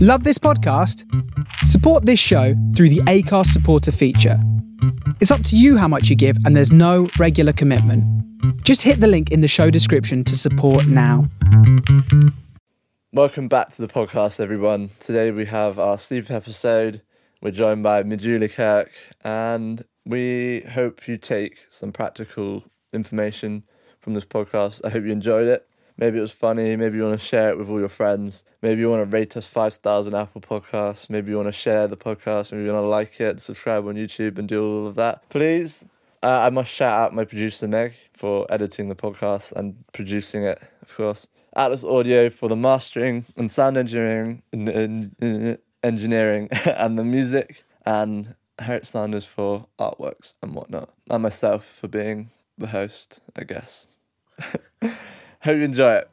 Love this podcast? Support this show through the ACARS supporter feature. It's up to you how much you give, and there's no regular commitment. Just hit the link in the show description to support now. Welcome back to the podcast, everyone. Today we have our sleep episode. We're joined by Majula Kirk, and we hope you take some practical information from this podcast. I hope you enjoyed it. Maybe it was funny. Maybe you want to share it with all your friends. Maybe you want to rate us five stars on Apple Podcasts. Maybe you want to share the podcast. Maybe you want to like it, subscribe on YouTube, and do all of that. Please, uh, I must shout out my producer Meg for editing the podcast and producing it, of course. Atlas Audio for the mastering and sound engineering, en- en- en- engineering and the music, and Herrick Sanders for artworks and whatnot, and myself for being the host, I guess. Hope you enjoy it.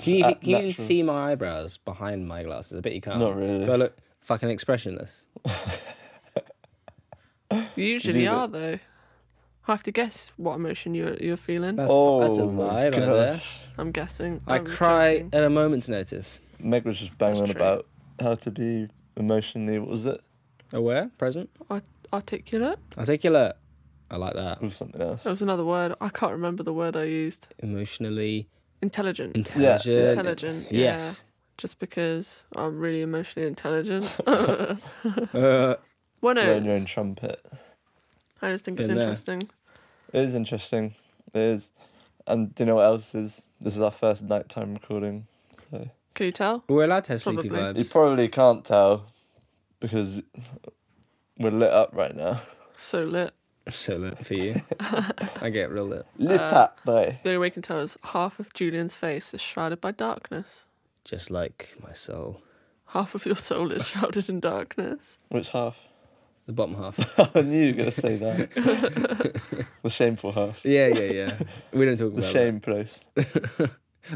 Can you, Uh, can you even natural. see my eyebrows behind my glasses? I bet you can't. Not really. Do I look fucking expressionless? You usually do are though. I have to guess what emotion you're you're feeling. That's, Oh that's a my lie right there. gosh. I'm guessing. I I'm cry joking. at a moment's notice. Meg was just banging on true. about how to be emotionally, what was it? Aware, present, uh, Articulate. articulate. I like that. With something else. There was another word. I can't remember the word I used. Emotionally Intelligent. intelligent. Intelligent. Yeah. Yes. Just because I'm really emotionally intelligent. Uh, One Blowing your own knows? trumpet. I just think it's Been there. interesting. It is interesting. It is. And do you know what else is? This is our first nighttime recording. So Can you tell? we're allowed to have sleepy Probably. you vibes. probably can't tell because we're lit up right now. So lit. so lit for you. I get real lit. Lit up, boy. The only way you can tell is half of Julian's face is shrouded by darkness. Just like my soul. Half of your soul is shrouded in darkness. Which half? The bottom half. I knew you were gonna say that. the shameful half. Yeah, yeah, yeah. We don't talk The about shame place. that.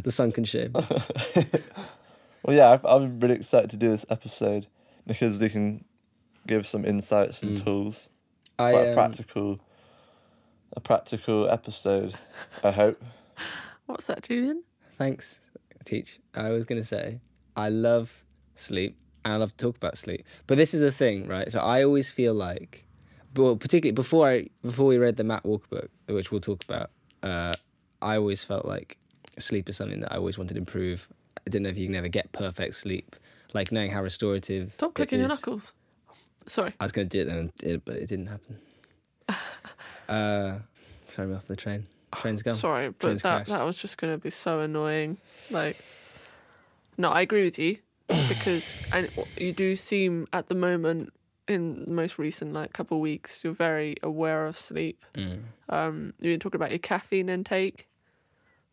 The sunken shame. Well, yeah, I've, I'm really excited to do this episode because they can give some insights and tools. I, Quite a um, practical, a practical episode. I hope. What's that, Julian? Thanks, Teach. I was going to say, I love sleep and I love to talk about sleep. But this is the thing, right? So I always feel like, well, particularly before I before we read the Matt Walker book, which we'll talk about, uh, I always felt like sleep is something that I always wanted to improve. I didn't know if you can ever get perfect sleep, like knowing how restorative. Stop it clicking your is. knuckles. Sorry. I was going to do it then, it- but it didn't happen. uh, sorry, I'm off the train. Train's gone. Sorry, but Train's that, crashed. that was just going to be so annoying. Like, no, I agree with you because and you do seem at the moment in the most recent like couple weeks you're very aware of sleep. Mm. Um, you've been talking about your caffeine intake,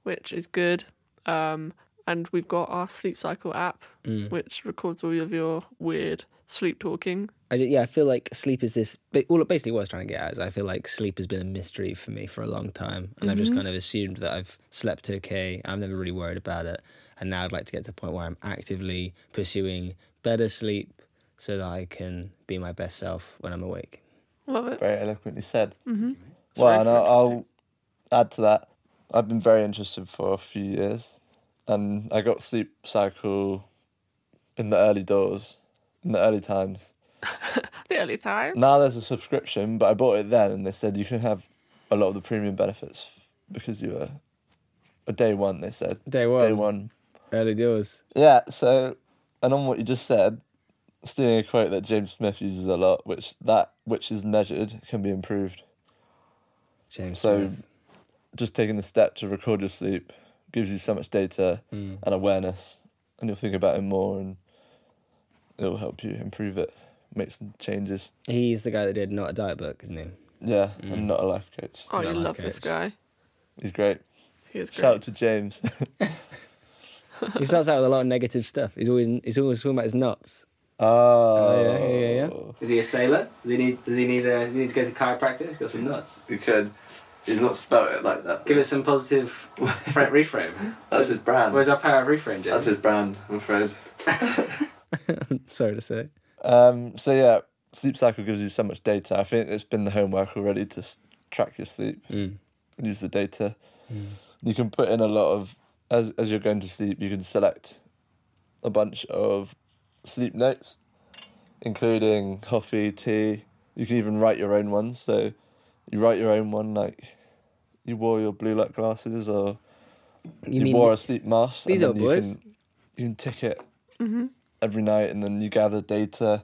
which is good. Um, and we've got our sleep cycle app, Mm. which records all of your weird sleep talking. I, ju- yeah, I feel like sleep is this. But all it basically was trying to get at is I feel like sleep has been a mystery for me for a long time, and I've just Mm-hmm. kind of assumed that I've slept okay. I'm never really worried about it, and now I'd like to get to the point where I'm actively pursuing better sleep so that I can be my best self when I'm awake. Love it. Mm-hmm. Very eloquently said. It's Well, and very I'll, therapeutic. I'll add to that. I've been very interested for a few years, and I got sleep cycle in the early doors, in the early times. the early Mm. time. Now there's a subscription, but I bought it then, and they said you can have a lot of the premium benefits because you were a day one. They said Day one, day one. early doors. Yeah. So, and on what you just said, stealing a quote that James Smith uses a lot, which that which is measured can be improved. James. So, Smith. just taking the step to record your sleep gives you so much data Mm. and awareness, and you'll think about it more, and it'll help you improve it, make some changes. he's the guy that did not a diet book, isn't he? Yeah, Mm. I'm not a life coach. Oh, you Life love this coach. guy. He's great. He is great. Shout out to James. He starts out with a lot of negative stuff. He's always he's always talking about his nuts. Oh, yeah, yeah, yeah, yeah. Is he a sailor? Does he need? Does he need? Uh, does he need to go to chiropractor? He's got some nuts. You could. He's not spelt it like that. Give it some positive fret reframe. That's his brand. Where's our power of reframe, James? That's his brand, I'm afraid. Sorry to say. Um, so yeah, sleep cycle gives you so much data. I think it's been the homework already to s- track your sleep Mm. and use the data. You can put in a lot of as as you're going to sleep. You can select a bunch of sleep notes, including coffee, tea. You can even write your own ones. So you write your own one like you wore your blue light glasses or You you, mean wore a sleep mask. these and old then you boys? Can, you can tick it every night, and then you gather data,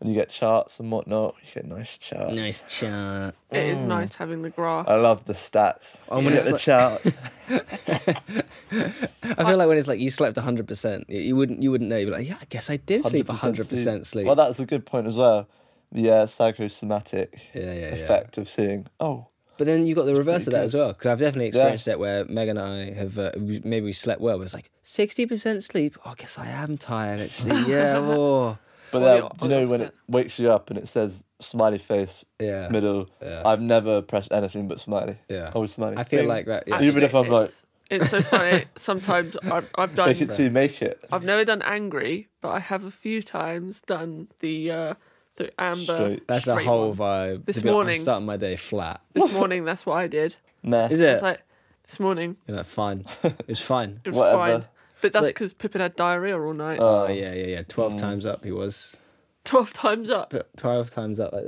and you get charts and whatnot. You get nice charts. nice chart? It is nice having the graphs. I love the stats. Oh, you when get it's the like- chart. I feel like when it's like you slept hundred percent, you wouldn't you wouldn't know. You'd be like, yeah, I guess I did sleep 100% hundred percent sleep. Well, that's a good point as well. The uh, psychosomatic yeah, yeah, yeah. effect of seeing. Oh, But then you got the reverse of pretty that good. as well, because I've definitely Yeah. experienced that where Meg and I have uh, we- maybe we slept well. But it's like sixty percent sleep. Oh, I guess I am tired actually. Yeah, oh. but Or the- then or you the know when it opposite. wakes you up and it says smiley face yeah. middle. Yeah. I've never pressed anything but smiley. Yeah. always smiley. I feel Bing. like that. Yeah. Actually- Even if I'm like- it's, it's so funny. Sometimes I've, I've done. Make it to make it. I've never done angry, but I have a few times done the uh, the amber. Straight. That's a straight whole one. vibe. This To be honest, morning- I'm starting my day flat. This morning, that's what I did. Meh. Is It's it? like this morning. You're like fine. It was fine. It was Whatever. Uh. fine, but that's like- because Pippin had diarrhea all night. Oh yeah, yeah, yeah. Twelve times up he was. Twelve times up. Tw- Twelve times up. Like,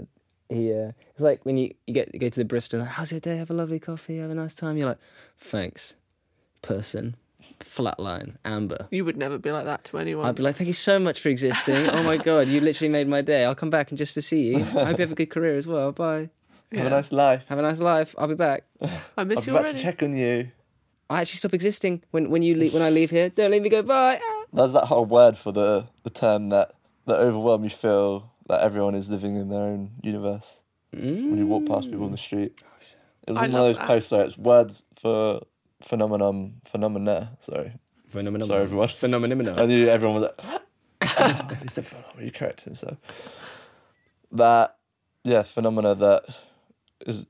he. Uh, it's like when you, you get you go to the Bristol. Like, How's your day? Have a lovely coffee. Have a nice time. You're like, thanks, person. Flatline, Amber. You would never be like that to anyone. I'd be like, thank you so much for existing. Oh my god, you literally made my day. I'll come back and just to see you. I hope you have a good career as well. Bye. Have a nice life. Have a nice life. I'll be back. I miss I'm you about already. to check on you. I actually stop existing when when you leave, when I leave here. Don't leave me go. Bye. Ah. There's that whole word for the the term that that overwhelm you feel that everyone is living in their own universe when you walk past people on the street. It was I in one love of those that. posts where it's words for phenomenon phenomena. Sorry, Phenomenon. Sorry, everyone. I Phenomenon. knew everyone was like, he said phenomenon. You corrected himself. That yeah, phenomena that is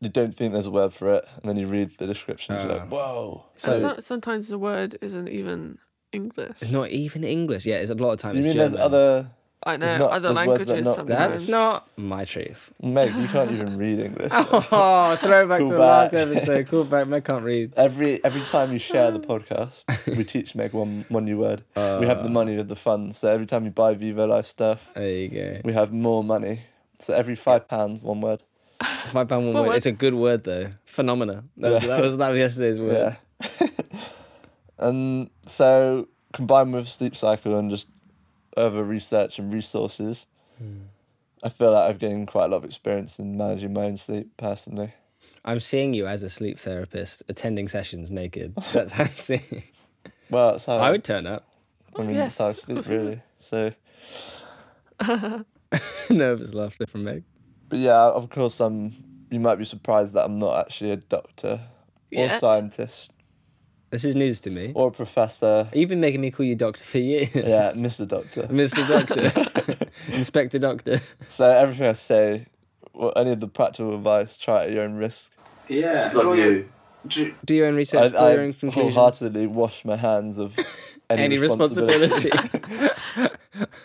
you don't think there's a word for it, and then you read the description, you're Ah. like, whoa. But so- sometimes the word isn't even English. Not even English. Yeah, it's a lot of times. You it's mean German. there's other I know There's not- other there's words that languages. not- sometimes. That's not my truth. Meg, you can't even read English. Oh, throwback Cool to the last back. episode. Cool back. I can't read. Every every time you share the podcast, we teach Meg one one new word. we have the Uh. money of the funds. So every time you buy Viva Life stuff, There you go. we have more money. So every five pounds, one word. Five pound one Well, word. what- It's a good word though. Phenomena. That was, that was that was yesterday's word. Yeah. and so combined with sleep cycle and just other research and resources, Hmm. I feel like I've gained quite a lot of experience in managing my own sleep personally. I'm seeing you as a sleep therapist attending sessions naked. That's how I'm seeing. Well, that's how I would turn up I mean, yes, that's how I of sleep course you would. really. So. nervous laughter from Meg. But yeah, of course, I'm. You might be surprised that I'm not actually a doctor or Yet. scientist This is news to me. or a professor. You've been making me call you doctor for years. Yeah, Mr. Doctor. Mr. Doctor, Inspector Doctor. So everything I say, or any of the practical advice, try it at your own risk. Yeah. you. Do your own I, research. do your own I conclusions. wholeheartedly wash my hands of any, Any responsibility. responsibility.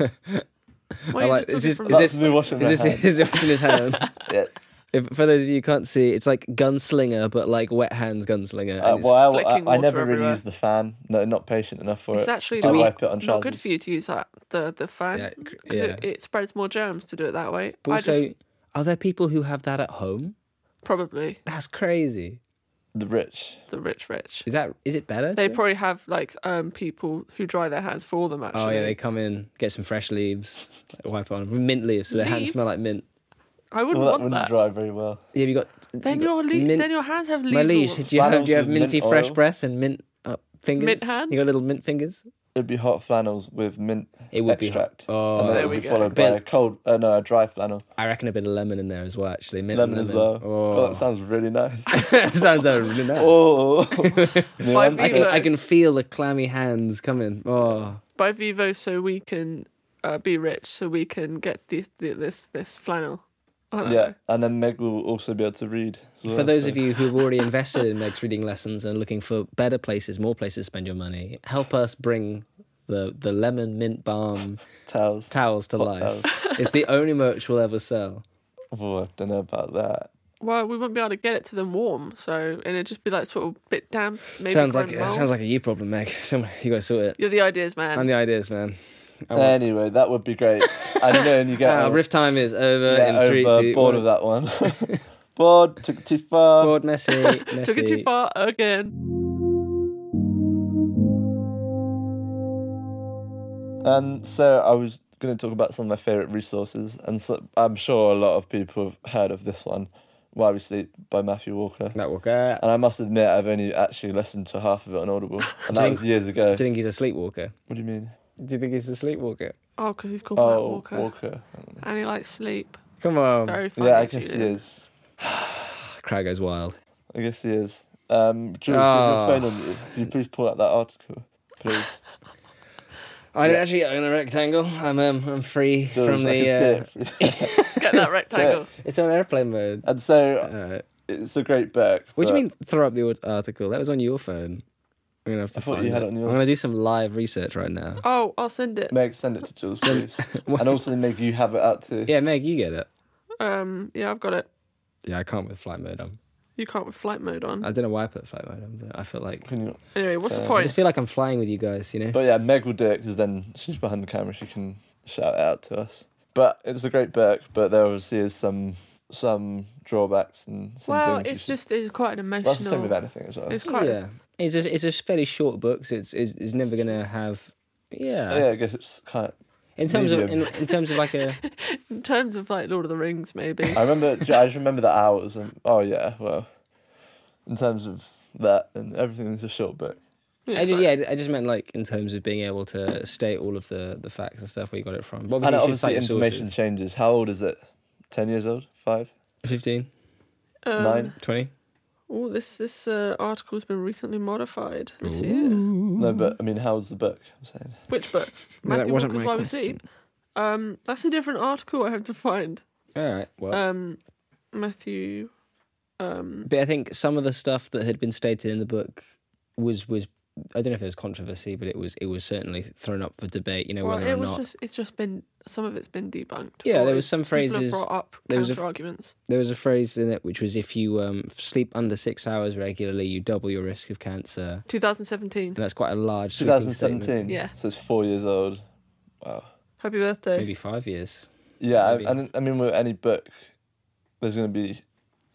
Why are you like- just is talking this- That's is from that? me washing my is this hands. is this in his hand? Yeah. uh, If, for those of you who can't see, it's like gunslinger, but like wet hands gunslinger. and Uh, it's- well, I- I, flicking I, water never really everywhere. use the fan. No, not patient enough for It's it. actually I not, wipe it on not good trousers. for you to use that the the fan Yeah, cr- 'cause it, yeah. it spreads more germs to do it that way. But I also, just are there people who have that at home? probably That's crazy. The rich. the rich rich. Is that is it better? They to- probably have like um people who dry their hands for them actually. Oh yeah, they come in, get some fresh leaves, like, wipe on mint leaves, so their hands Leaves? smell like mint. I wouldn't Well, that want wouldn't that. dry very well. Yeah, you got. Then you your got le- mint- then your hands have leaves. my all- liege, do you have do you flannels have with mint minty fresh oil. breath and mint uh, fingers? Mint hands? You got little mint fingers. It'd be hot flannels with mint It would be hot. extract. Oh, and then There it would we be go. followed by Bit- a cold, uh, no, a dry flannel. I reckon a bit of lemon in there as well. Actually, mint and Lemon, as well. Oh. Oh, that sounds really nice. sounds uh, really nice. oh, New My Amsterdam. I can, Vivo. I can feel the clammy hands coming. Oh, Buy Vivo so we can uh, be rich so we can get this, this this flannel. I don't Yeah, know. and then Meg will also be able to read. as For well, those so- of you who've already invested in Meg's reading lessons and looking for better places, more places to spend your money, help us bring the, the lemon mint balm towels. towels to Hot life. towels. It's the only merch we'll ever sell. Oh, I don't know about that. Well, we won't be able to get it to them warm, so and it'd just be like sort of bit damp. Maybe sounds like grime mold. sounds like a you problem, Meg. Someone, you gotta sort it. You're the ideas man. I'm the ideas, man. I want- Anyway, that would be great. I don't know, and you get Ah, a- riff time is over yeah, in three, over, two, bored of one. that one. bored, took it too far. Bored, messy, messy. Took it too far again. And so I was going to talk about some of my favorite resources, and so I'm sure a lot of people have heard of this one, Why We Sleep by Matthew Walker. That walker. And I must admit, I've only actually listened to half of it on Audible, and that was years ago. Do you think he's a sleepwalker? What do you mean? Do you think he's a sleepwalker? Oh, because he's called Matt Oh, Walker, Walker. Mm. and he likes sleep. Come on. Very funny. Yeah, I guess he Julian. is. Crowd goes wild. I guess he is. Um, Drew, if you Ah. have your phone on you. Can you please pull out that article? Please. I don't actually own a rectangle. I'm um, I'm free Drew, from I the. Uh, can see it. Get that rectangle. it's on airplane mode. and so Alright. it's a great book. What do but- you mean? Throw up the art- article. That was on your phone. I'm gonna have to I thought find you had it. it on yours. I'm gonna do some live research right now. Oh, I'll send it. Meg, send it to Jules, please. and also, Meg, you have it out too. Yeah, Meg, you get it. Um, yeah, I've got it. Yeah, I can't with flight mode on. You can't with flight mode on. I don't know why I put flight mode on, but I feel like Can you? Anyway, what's the Uh, So- I point? just feel like I'm flying with you guys. You know. But yeah, Meg will do it because then she's behind the camera. She can shout it out to us. But it's a great book, but there obviously is some some drawbacks and some well, things you it's should- just it's quite an Well, that's the same emotional. with anything as well. it's quite. yeah, it's a, it's a fairly short book, so it's it's, it's never gonna have. Yeah. yeah, I guess it's kind. Of, In terms of in, medium. in terms of like a In terms of like Lord of the Rings, maybe. I remember. I just remember the hours and oh yeah, well, in terms of that and everything, it's a short book. I it's just, like- yeah, I just meant like in terms of being able to state all of the, the facts and stuff where you got it from. But and obviously, you obviously, should cite your information sources. changes. How old is it? Ten years old? Five? 15, Um, Nine? 20? Oh, this this uh, article's been recently modified this year. No, but I mean, how old's the book? I'm saying. Which book? No, that Matthew wasn't Walker's my Why We Sleep. Um, that's a different article I have to find. All right. Well, Um, Matthew. Um, but I think some of the stuff that had been stated in the book was was I don't know if it was controversy, but it was it was certainly thrown up for debate. You know well, whether or it was not just it's just been some of it's been debunked. Yeah, there or was it's- some people phrases- have brought up there was a- counter arguments. there was a phrase in it which was if you um, sleep under six hours regularly, you double your risk of cancer. 2017. And that's quite a large sweeping statement. 2017. Yeah. So it's four years old. Wow. Happy birthday. maybe five years. Yeah, I, Maybe. I, don't- I mean, with any book, there's going to be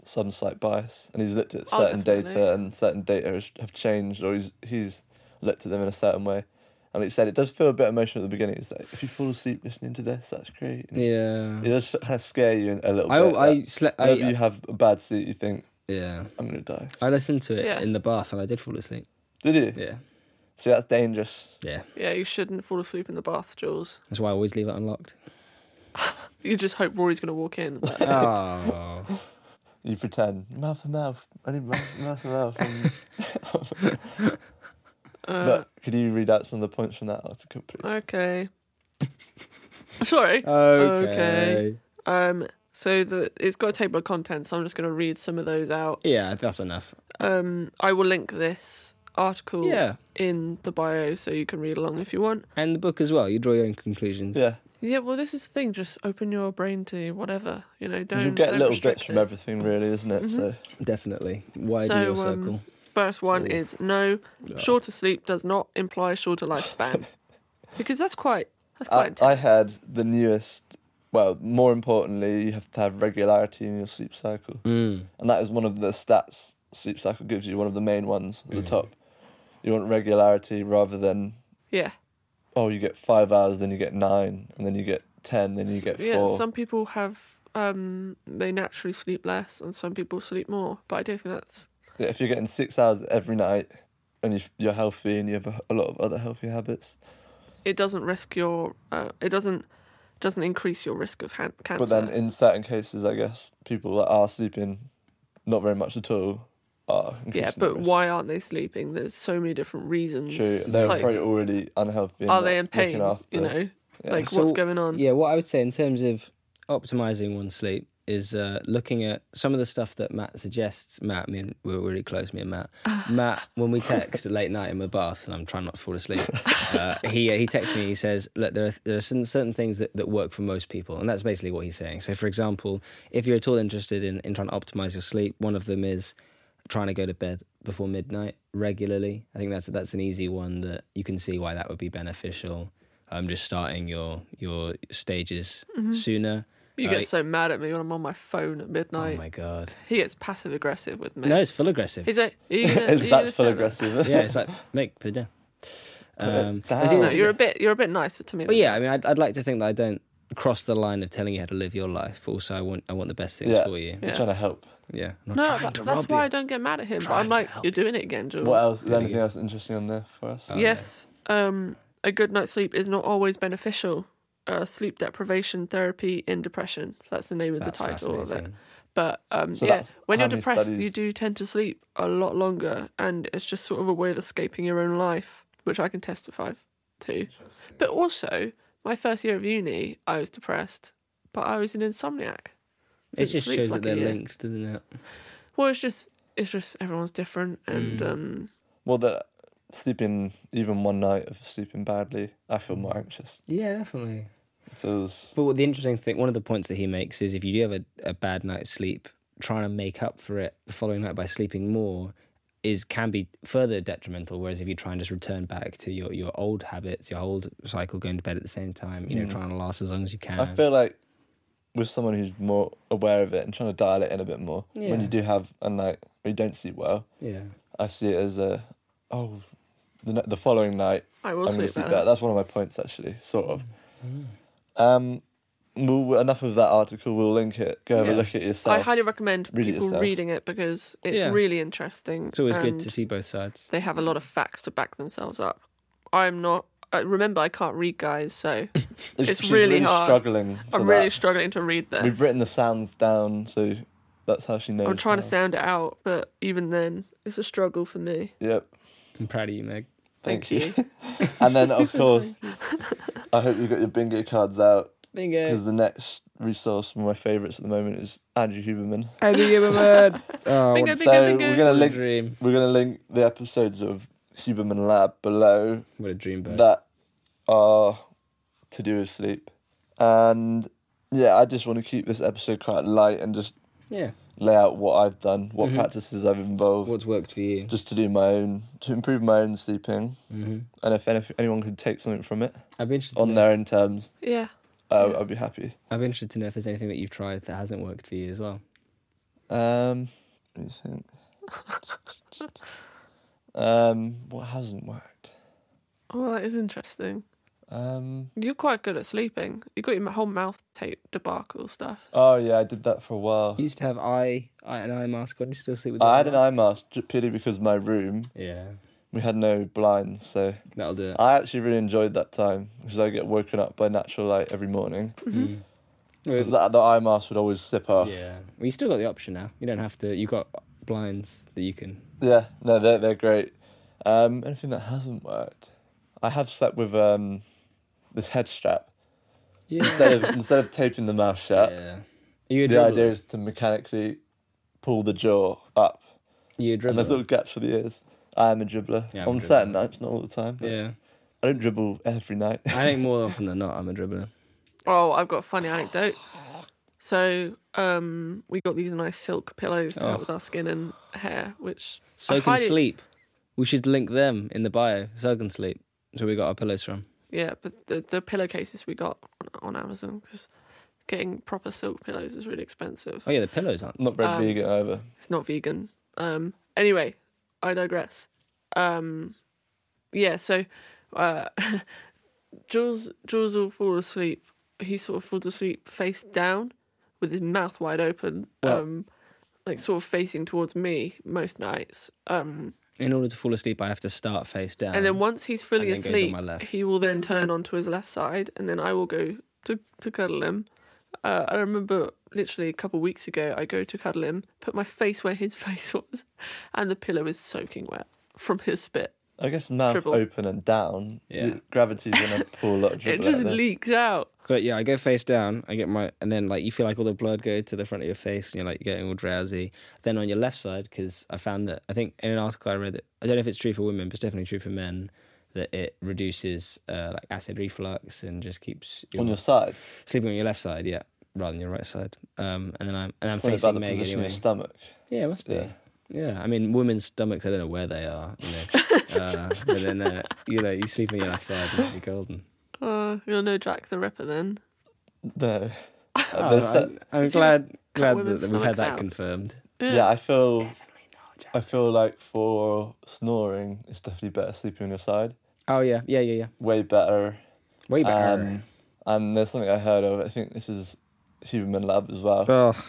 some slight bias, and he's looked at Oh, certain definitely. data, and certain data has- have changed, or he's he's looked at them in a certain way. And like you said, it does feel a bit emotional at the beginning. It's like if you fall asleep listening to this, that's great. And it's- Yeah, It does kind of scare you a little I bit. I that slept. I, whenever you have a bad sleep, you think yeah, I'm going to die. I listened to it Yeah. in the bath and I did fall asleep. Did you? Yeah, See, that's dangerous. yeah. Yeah, you shouldn't fall asleep in the bath, Jules. That's why I always leave it unlocked. You just hope Rory's going to walk in. oh, You pretend mouth to mouth, only mouth mouth to mouth. and- Uh, But could you read out some of the points from that article, please? okay. Sorry. okay. Um, so the it's got a table of contents. So I'm just going to read some of those out. Yeah, that's enough. Um, I will link this article Yeah, in the bio so you can read along if you want. and the book as well. You draw your own conclusions. Yeah, Yeah, well, this is the thing. Just open your brain to whatever you know. Don't you get don't little restrict bits from it. Mm-hmm. everything, really, isn't it? So definitely. Widen So, your um, circle. First one Ooh. is no shorter sleep does not imply shorter lifespan, because that's quite that's I, quite. I intense. had the newest. Well, more importantly, you have to have regularity in your sleep cycle, Mm. and that is one of the stats sleep cycle gives you. One of the main ones at the top. You want regularity rather than yeah oh, you get five hours, then you get nine, and then you get ten, then you get four. yeah. Some people have um they naturally sleep less, and some people sleep more. But I don't think that's Yeah, if you're getting six hours every night and you, you're healthy and you have a, a lot of other healthy habits, it doesn't risk your uh, it doesn't doesn't increase your risk of han- cancer. but then in certain cases, I guess people that are sleeping not very much at all are. yeah, increasing but their why aren't they sleeping? There's so many different reasons. risk. True, they're Like, probably already unhealthy. and are they in not looking pain? after- you know, yeah. like So- what's going on? Yeah, what I would say in terms of optimizing one's sleep is uh, looking at some of the stuff that Matt suggests. Matt, me and we're really close, me and Matt. Matt, when we text at late night in my bath, and I'm trying not to fall asleep, uh, he uh, he texts me. He says, "Look, there are there are certain, certain things that, that work for most people, and that's basically what he's saying. So, for example, if you're at all interested in in trying to optimize your sleep, one of them is trying to go to bed before midnight regularly. I think that's that's an easy one that you can see why that would be beneficial. Um, just starting your your stages Mm-hmm. sooner. You Uh, get so mad at me when I'm on my phone at midnight. Oh my god. He gets passive aggressive with me. No, it's full aggressive. He's like, "Are you gonna- are you gonna That's full stand up?" aggressive. yeah, it's like mate, put it down. it Um, down. I see No, this- you're a bit, you're a bit nicer to me. but than Oh, yeah, I mean, I'd, I'd like to think that I don't cross the line of telling you how to live your life, but also I want I want the best things Yeah. for you. I'm Yeah. trying to help. Yeah, I'm not No, trying that- to that's rob why you. I don't get mad at him. But Trying I'm to like, help. you're doing it again, Jules. What else? Is there Yeah. anything else interesting on there for us? Oh, no. Yes, um, a good night's sleep is not always beneficial. Uh, sleep deprivation therapy in depression. That's the name of That's the title of it. fascinating. But um, So yeah, that's when how you're many depressed, studies- you do tend to sleep a lot longer, and it's just sort of a way of escaping your own life, which I can testify to. But also, my first year of uni, I was depressed, but I was an insomniac. It Didn't just sleep shows for like that a they're year. linked, doesn't it? Well, it's just it's just everyone's different, and um, Well, that sleeping even one night of sleeping badly, I feel more anxious. Yeah, definitely. It feels But what the interesting thing, one of the points that he makes is if you do have a, a bad night's sleep, trying to make up for it the following night by sleeping more is can be further detrimental. Whereas if you try and just return back to your, your old habits, your old cycle, going to bed at the same time, you know, trying to last as long as you can. Mm. I feel like with someone who's more aware of it and trying to dial it in a bit more, Yeah. when you do have a night where you don't sleep well, yeah. I see it as a oh, the ne- the following night I will I'm going sleep to sleep better. better. That's one of my points actually, sort of. Mm. Um, we'll, enough of that article. We'll link it. Go have Yeah. a look at it yourself. I highly recommend Read it people yourself. reading it because it's Yeah. really interesting. It's always good and to see both sides. They have a lot of facts to back themselves up. I'm not. I, remember, I can't read, guys, so it's she's really hard. Struggling. for I'm really that. struggling to read this. We've written the sounds down, so that's how she knows. I'm trying to now. sound it out, but even then, it's a struggle for me. Yep. I'm proud of you, Meg. Thank, Thank you. and then, of course, I hope you got your bingo cards out Bingo. because the next resource, one of my favourites at the moment, is Andrew Huberman. Andrew Huberman. Oh, Bingo, what bingo, so bingo. we're gonna a link. dream. We're gonna link the episodes of Huberman Lab below What a dream bird. that are to do with sleep, and yeah, I just want to keep this episode quite light and just yeah. lay out what I've done, what practices I've involved, What's worked for you? just to do my own, to improve my own sleeping, Mm-hmm. and if, any anyone could take something from it I'd be interested. to on know- their own terms, Yeah. uh, Yeah. I'd be happy. I'd be interested to know if there's anything that you've tried that hasn't worked for you as well. Um, let me think. um, what hasn't worked? Well, Oh, that is interesting. Um, You're quite good at sleeping. You got your whole mouth tape debacle stuff. oh yeah, I did that for a while. You used to have eye, eye an eye mask on. You still sleep with. the I had an mask? eye mask ju- purely because my room Yeah, we had no blinds, so that'll do it. I actually really enjoyed that time because I get woken up by natural light every morning. Mm. Because Well, that the eye mask would always slip off. Yeah, yeah, well, you still got the option now. You don't have to. You got blinds that you can. no, they're they're great. Um, anything that hasn't worked, I have slept with um, this head strap Yeah. instead of instead of taping the mouth shut. yeah. You a The dribbler? idea is to mechanically pull the jaw up, You a and there's dribbler? little gaps for the ears. I am a dribbler Yeah, I'm a on dribbler. certain nights, not all the time. But Yeah. I don't dribble every night. I think more often than not, I'm a dribbler. Oh, I've got a funny anecdote. So, um, we got these nice silk pillows to help Oh. with our skin and hair, which I So can highly- sleep. We should link them in the bio. So can sleep. So we got our pillows from. Yeah, but the the pillowcases we got on, on Amazon because getting proper silk pillows is really expensive. Oh yeah, the pillows aren't. not very Um, vegan either. It's not vegan. Um, anyway, I digress. Um, yeah, so uh, Jules Jules will fall asleep. He sort of falls asleep face down, with his mouth wide open, Well- um, like sort of facing towards me most nights. Um, In order to fall asleep, I have to start face down. and then once he's fully Um, and then goes on asleep, my left. he will then turn onto his left side, and then I will go to to cuddle him. Uh, I remember literally a couple of weeks ago, I go to cuddle him, put my face where his face was, and the pillow is soaking wet from his spit. I guess mouth Dribble. open and down. Yeah. y- Gravity's gonna pull a lot of It dribble out just there. leaks out. So yeah, I go face down. I get my, and then like you feel like all the blood go to the front of your face, and you're like getting all drowsy. Then on your left side, because I found that I think in an article I read that I don't know if it's true for women, but it's definitely true for men that it reduces uh, like acid reflux and just keeps your, on your side. sleeping on your left side, yeah, rather than your right side. Um, and then I'm and I'm Something about facing the Meg position of anyway. your stomach. Yeah, it must be. Yeah. Yeah. I mean, women's stomachs, I don't know where they are. You know. uh, but then, uh, you know, you sleep on your left side and you're golden. Uh, you'll know Jack the Ripper then. No. Uh, Oh, there's that- I'm, I'm Is your- glad, glad that, women's that we've had stomachs that out? confirmed. Yeah. yeah, I feel. I feel like for snoring, it's definitely better sleeping on your side. Oh, yeah, yeah, yeah, yeah. Way better. Way better. Um, and there's something I heard of. I think this is Human Lab as well. oh,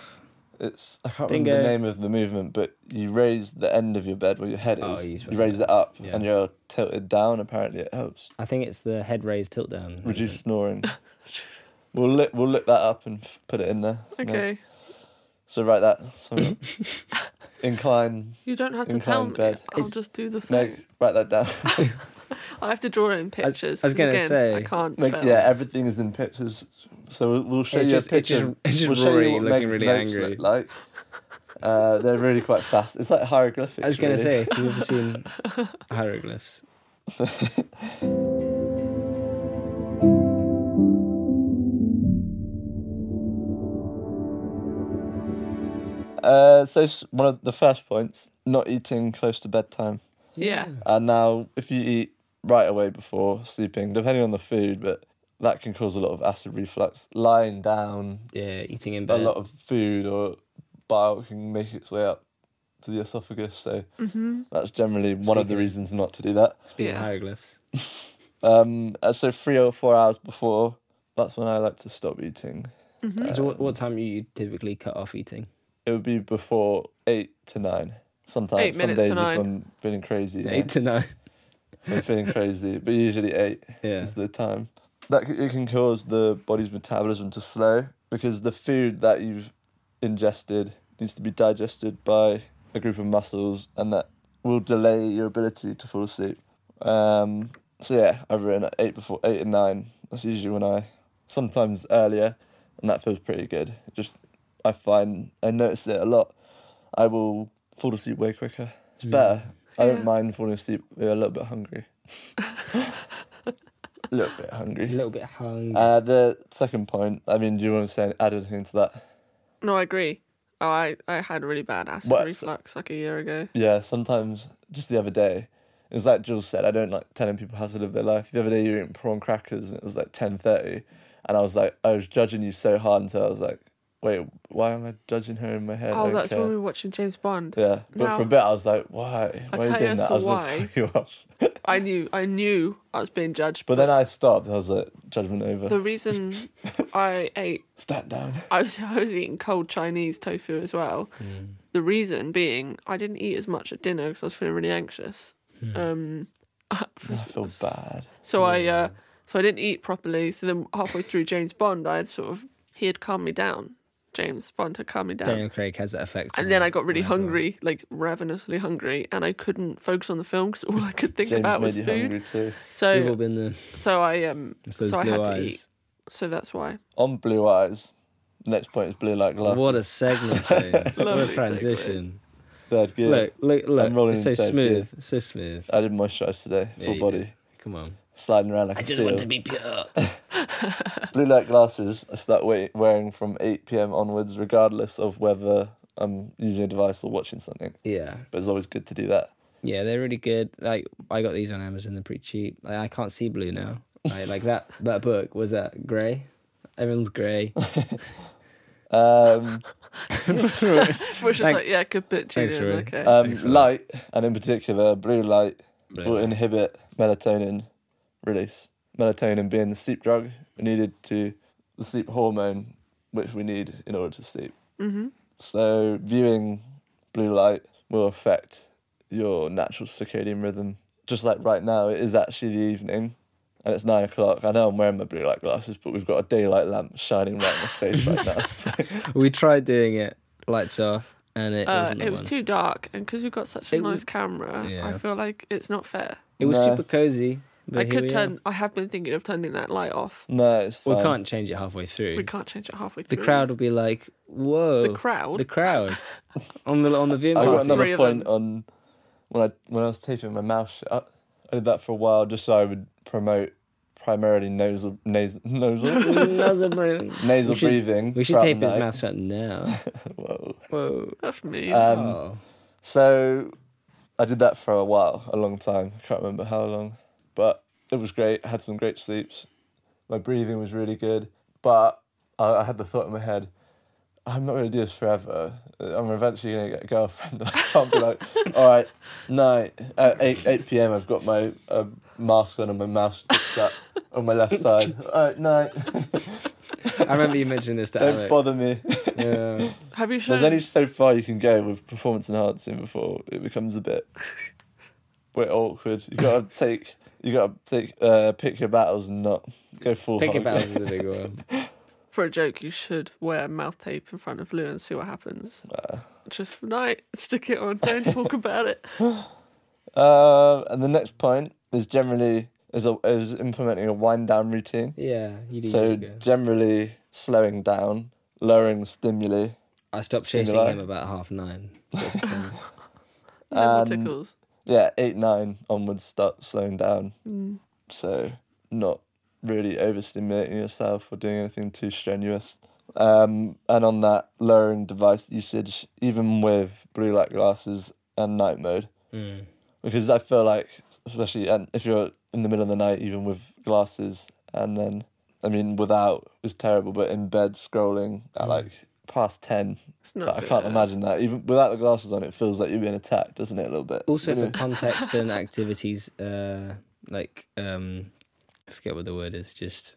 It's I can't Bingo. remember the name of the movement, but you raise the end of your bed where your head is. Oh, you you, just raise raise it. it up, Yeah. and you're tilted down. Apparently, it helps I think it's the head raised tilt down. reduce snoring. we'll look we'll look that up and f- put it in there. Yeah. Okay. So write that. So incline. You don't have to tell Inclined me. bed. I'll It's- just do the thing. Meg, write that down. I have to draw it in pictures. I was 'cause gonna again, say, I can't Meg, spell. yeah, everything is in pictures. So we'll, we'll show It's you just- a it's just- picture. it's just we'll show Rory you what looking Meg's really notes angry. Look like uh, they're really quite fast. It's like hieroglyphics. I was going to really. say, if you've ever seen hieroglyphs, Uh, so s- one of the first points: not eating close to bedtime. Yeah. And now, if you eat right away before sleeping, depending on the food, but that can cause a lot of acid reflux. Lying down, yeah, eating in a bed. lot of food or bile can make its way up to the esophagus. So Mm-hmm. that's generally one of the Speaking- reasons not to do that. Speaking of Yeah. hieroglyphs. Um, uh, so three or four hours before, that's when I like to stop eating. Mm-hmm. so what, what time you typically cut off eating? It would be before eight to nine. Sometimes Eight some minutes days to nine. if I'm feeling crazy, you know, Eight to nine. I'm feeling crazy, but usually eight. Yeah. is the time. That c- it can cause the body's metabolism to slow because the food that you've ingested needs to be digested by a group of muscles, and that will delay your ability to fall asleep. Um, so yeah, I've written at eight before eight and nine. That's usually when I, sometimes earlier, and that feels pretty good. It just I find I notice it a lot. I will fall asleep way quicker. It's better. I don't Yeah. mind falling asleep yeah, a little bit hungry. a little bit A hungry. little bit hungry. Uh, the second point. I mean, do you want to say add anything to that? No, I agree. Oh, I, I had really bad acid What? reflux like a year ago. Yeah, sometimes just the other day, it was like Jules said. I don't like telling people how to live their life. The other day, you were eating prawn crackers, and it was like ten thirty, and I was like, I was judging you so hard until I was like, wait, why am I judging her in my head? I Oh, don't that's care. when we were watching James Bond. Yeah, but Now- for a bit I was like, why? I'll Why are tell you you doing as that? to I was gonna why. tell you off. I knew I knew I was being judged. But then I stopped. I was like, judgment over. the reason I ate Stand down. I was I was eating cold Chinese tofu as well. Hmm. The reason being I didn't eat as much at dinner because I was feeling really anxious. Hmm. Um, for I s- feel s- bad. So I uh, so I didn't eat properly. So then halfway through James Bond, I had sort of he had calmed me down. James Bond had calmed me down. Daniel Craig has that effect. on And then I got really everyone. hungry, like ravenously hungry, and I couldn't focus on the film because all I could think James about made was you food. hungry too. We've all So, been there. so I um, It's those so I blue had to eyes. eat. So that's why. On blue eyes. Next point is blue light glasses. What a segment change. what a Lovely transition. third gear. Look, look, look. rolling it's so in third smooth. So smooth. I did moisturize today, Yeah, full you body, did. Come on. sliding around like a seal. be pure. Blue light glasses. I start wea- wearing from eight pm onwards, regardless of whether I'm using a device or watching something. yeah. But it's always good to do that. Yeah, they're really good. Like I got these on Amazon, they're pretty cheap. Like I can't see blue now. Like, like that that book was that grey? Everyone's grey. Um, Which is Thank- like, yeah, good bit, Thanks, Uh, Julian. Rory. Okay. um, Thanks for that. light, and in particular, blue light Blue will light. inhibit melatonin release. Melatonin being the sleep drug needed to the sleep hormone, which we need in order to sleep. hmm So viewing blue light will affect your natural circadian rhythm. Just like right now, it is actually the evening, and it's nine o'clock. I know I'm wearing my blue light glasses, but we've got a daylight lamp shining right in my face right now. So We tried doing it, lights off, and it Uh, wasn't the it was one. too dark, and because we've got such a It nice was- camera, Yeah. I feel like it's not fair. It was No. super cozy. But I here could we turn. Are. I have been thinking of turning that light off. No, it's We fine. can't change it halfway through. We can't change it halfway the through. crowd will be like, "Whoa!" The crowd. The crowd. on the on the viewing I got party. Well, another three of point them. on when I when I was taping my mouth shut. I did that for a while just so I would promote primarily nasal nasal nasal Nasal breathing. nasal We should- breathing. We should throughout tape the his night. mouth shut now. Whoa. Whoa. That's me. Um, oh. So I did that for a while, a long time. I can't remember how long, but it was great. I had some great sleeps. My breathing was really good, but I, I had the thought in my head. I'm not going to do this forever. I'm eventually going to get a girlfriend. I can't be like, uh, all right, night at 8, 8 p.m. I've got my uh, mask on and my mouth shut on my left side. All right, night. Oh. I remember you mentioned this to Don't Alex. bother me. Yeah. have you shown? There's only so far you can go with performance enhancing before it becomes a bit, bit awkward. You gotta take, you gotta take, uh, pick your battles and not go full. Pick hog. it back is a big one. for a joke, you should wear mouth tape in front of Lou and see what happens. Just for night, stick it on. Don't talk about it. Um, and the next point is generally is a, is implementing a wind down routine. Yeah, you do. So yoga. generally slowing down, lowering stimuli. I stopped chasing Stimuli. him about half nine. um, No more Um, tickles. Yeah, eight nine onwards start slowing down. Mm. So not really overstimulating yourself or doing anything too strenuous. Um, and on that, lowering device usage, even with blue light glasses and night mode, Mm. because I feel like, especially and if you're in the middle of the night, even with glasses, and then I mean without is terrible, but in bed scrolling at like past ten, It's not I good. can't imagine that. Even without the glasses on, it feels like you're being attacked, doesn't it? A little bit. Also, for Anyway. context and activities, uh, like um, I forget what the word is, just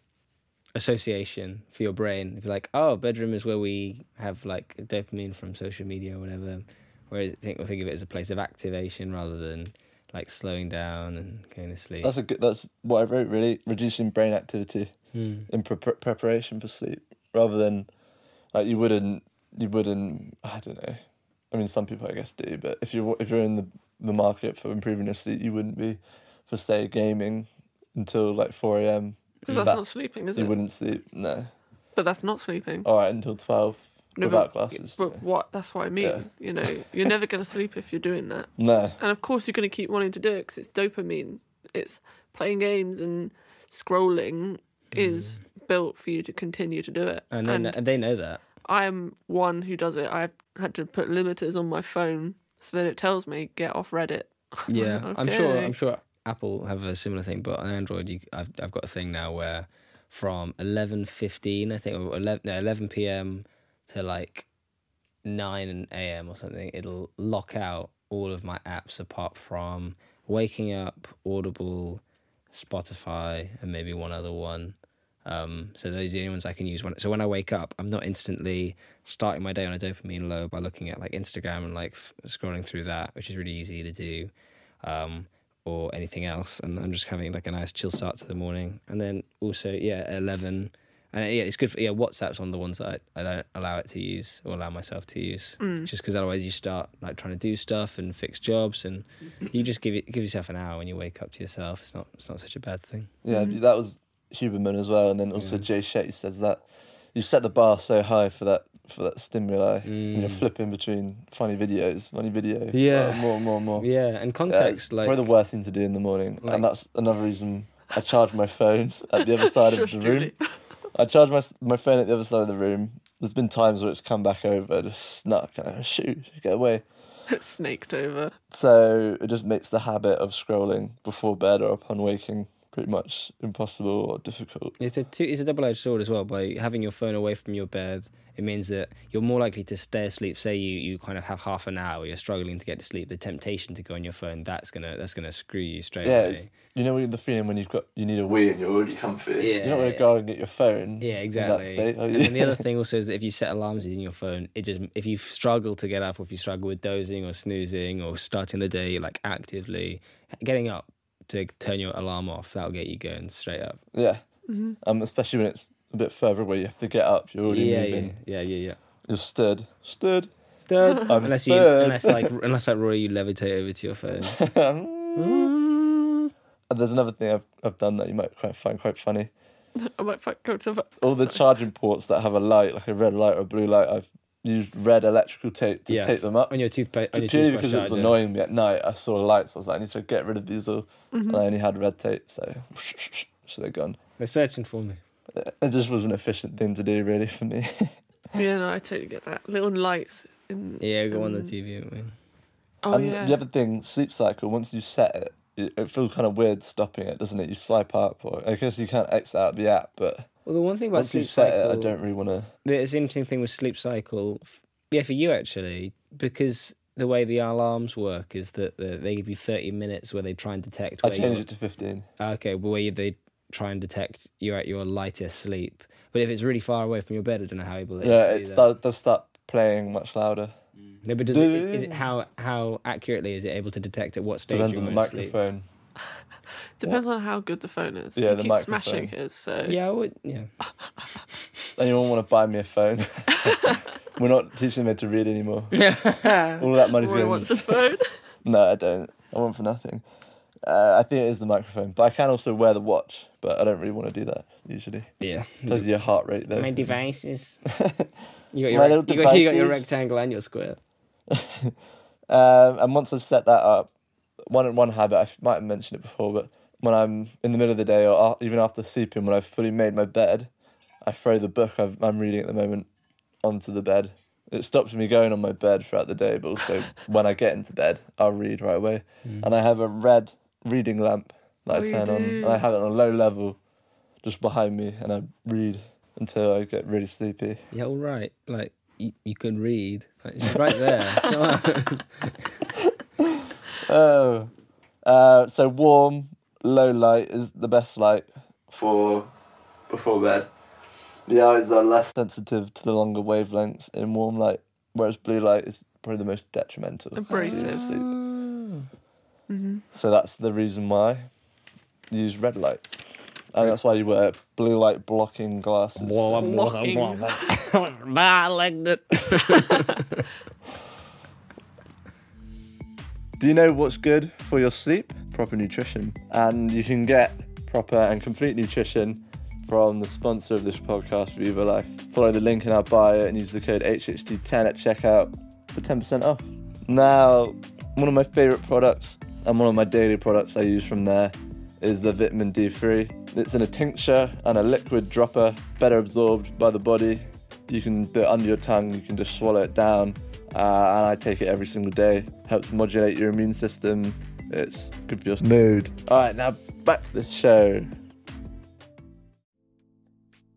association for your brain. If you're like, oh, bedroom is where we have like dopamine from social media or whatever, whereas I think we think of it as a place of activation rather than like slowing down and going to sleep. That's a good. That's what I wrote. Really, reducing brain activity Hmm. in pre- pre- preparation for sleep, rather than like you wouldn't. You wouldn't. I don't know. I mean, some people I guess do, but if you are if you're in the the market for improving your sleep, you wouldn't be for say gaming until like four a.m. Because that's That- not sleeping, is You it? wouldn't sleep. No. But that's not sleeping. All right, until twelve No, without but- glasses. But what? That's what I mean. Yeah. You know, you're never going to sleep if you're doing that. no. And of course, you're going to keep wanting to do it because it's dopamine. It's playing games and scrolling Mm-hmm. is built for you to continue to do it. and, they know, and they know that. I'm one who does it. I've had to put limiters on my phone so that it tells me get off Reddit. Yeah, I'm sure. Okay. I'm sure Apple have a similar thing, but on Android, you, I've I've got a thing now where from eleven fifteen, I think, or eleven no, eleven p.m. to like nine a.m. or something, it'll lock out all of my apps apart from Waking Up, Audible, Spotify, and maybe one other one. Um, so those are the only ones I can use. When, so when I wake up, I'm not instantly starting my day on a dopamine low by looking at like Instagram and like f- scrolling through that, which is really easy to do, um, or anything else. And I'm just having like a nice chill start to the morning. And then also, yeah, eleven. And yeah, it's good for yeah. WhatsApp's one of the ones that I, I don't allow it to use or allow myself to use, just because otherwise you start like trying to do stuff and fix jobs, and you just give it, give yourself an hour when you wake up to yourself. It's not it's not such a bad thing. Yeah, that was Huberman as well, and then also Jay Shetty says that you set the bar so high for that for that stimuli, and you're Mm. flipping between funny videos, funny video, Yeah. uh, more and more and more. Yeah, and Yeah, context it's like Uh, probably the worst thing to do in the morning, like- and that's another reason I charge my phone at the other side of Shush, the room. Julie. I charge my my phone at the other side of the room. There's been times where it's come back over, just snuck, and I go, shoot, get away. It's snaked over. So it just makes the habit of scrolling before bed or upon waking pretty much impossible or difficult. It's a two, it's a double edged sword as well. By having your phone away from your bed, it means that you're more likely to stay asleep. Say you, you kind of have half an hour, you're struggling to get to sleep. The temptation to go on your phone that's gonna that's gonna screw you straight Yeah, away. it's, you know the feeling when you've got you need a wee and you're already comfy. Yeah, you're not gonna yeah. go out and get your phone. Yeah, In that exactly. state, are and you? then the other thing also is that if you set alarms using your phone, it just if you struggle to get up, or if you struggle with dozing or snoozing or starting the day like actively, getting up to turn your alarm off that'll get you going straight up. yeah. Um, especially when it's a bit further away, you have to get up. You're already yeah, moving. yeah, yeah, yeah, yeah. You're stood. Stood. Stud. I'm unless you, stud. unless like, unless like Rory, you levitate over to your phone. Mm. there's another thing I've I've done that you might quite find quite funny. I might fuck go to All the charging ports that have a light, like a red light or a blue light, I've used red electrical tape to Yes. tape them up. on your toothpaste. On your Purely toothbrush because it was charger. annoying me at night, I saw lights. I was like, I need to get rid of these all, Mm-hmm. and I only had red tape, so so they're gone. They're searching for me. It just was an efficient thing to do, really, for me. Yeah, no, I totally get that. Little lights in. Yeah, go on the Mm. TV. won't we? Oh and yeah. the other thing, sleep cycle. Once you set it, it, it feels kind of weird stopping it, doesn't it? You swipe up, or I guess you can't exit out of the app, but Well, the one thing about once you sleep set cycle, it, I don't really want to. It's an interesting thing with sleep cycle. f- Yeah, for you actually, because the way the alarms work is that the, they give you thirty minutes where they try and detect. I where you- changed it to fifteen. Okay, well, where you- they try and detect you're at your lightest sleep. But if it's really far away from your bed, I don't know how able it is yeah, to do it that. start, does start playing much louder. No, but does it, is it how how accurately is it able to detect at what stage Depends you're on the in sleep? microphone. Depends on how good the phone is. Yeah, Yeah, the keep microphone. smashing his. So Yeah, I would. Yeah, Anyone want to buy me a phone? We're not teaching them to read anymore. All that money's Roy going. wants a phone. No, I don't. I want for nothing. Uh, I think it is the microphone, but I can also wear the watch. But I don't really want to do that usually. yeah. Tells you your heart rate though. My devices. you got My your, rec- little you got, you got your devices. rectangle and your square. Um, and once I set that up, one one habit I might have mentioned it before, but when I'm in the middle of the day or a- even after sleeping, when I've fully made my bed, I throw the book I've, I'm reading at the moment onto the bed. It stops me going on my bed throughout the day, but also when I get into bed, I'll read right away. And I have a red reading lamp that I Hmm. Oh, you turn on, do. and I have it on a low level, just behind me, and I read until I get really sleepy. Yeah, all right. Like you, you can read. Like, it's right there. Come on. Oh. Uh, so warm, low light is the best light for before bed. The eyes are less sensitive to the longer wavelengths in warm light, whereas blue light is probably the most detrimental. to Abrasive. sleep. So that's the reason why you use red light. And that's why you wear blue light blocking glasses. Locking. Do you know what's good for your sleep? Proper nutrition. And you can get proper and complete nutrition from the sponsor of this podcast, Viva Life. Follow the link in our bio and use the code HHD10 at checkout for 10% off. Now, one of my favorite products and one of my daily products I use from there is the vitamin D3. It's in a tincture and a liquid dropper, better absorbed by the body. You can do it under your tongue, you can just swallow it down, uh, and I take it every single day. Helps modulate your immune system. It's good for your mood. All right, now back to the show.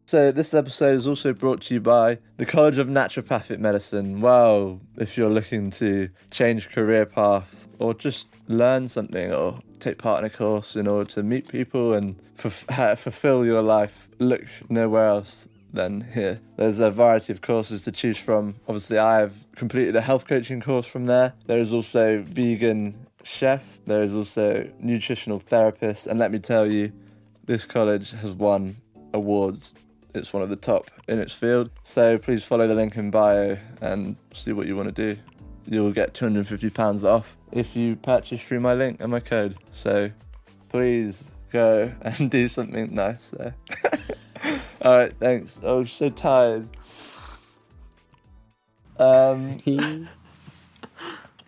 So this episode is also brought to you by the College of Naturopathic Medicine. Well, if you're looking to change career path or just learn something or take part in a course in order to meet people and fulf- ha- fulfill your life, look nowhere else than here. There's a variety of courses to choose from. Obviously, I've completed a health coaching course from there. There is also vegan chef. There is also nutritional therapist. And let me tell you, this college has won awards. It's one of the top in its field. So please follow the link in bio and see what you want to do. You'll get £250 off if you purchase through my link and my code. So please go and do something nice there. All right, thanks. Oh, so tired. Um, yeah,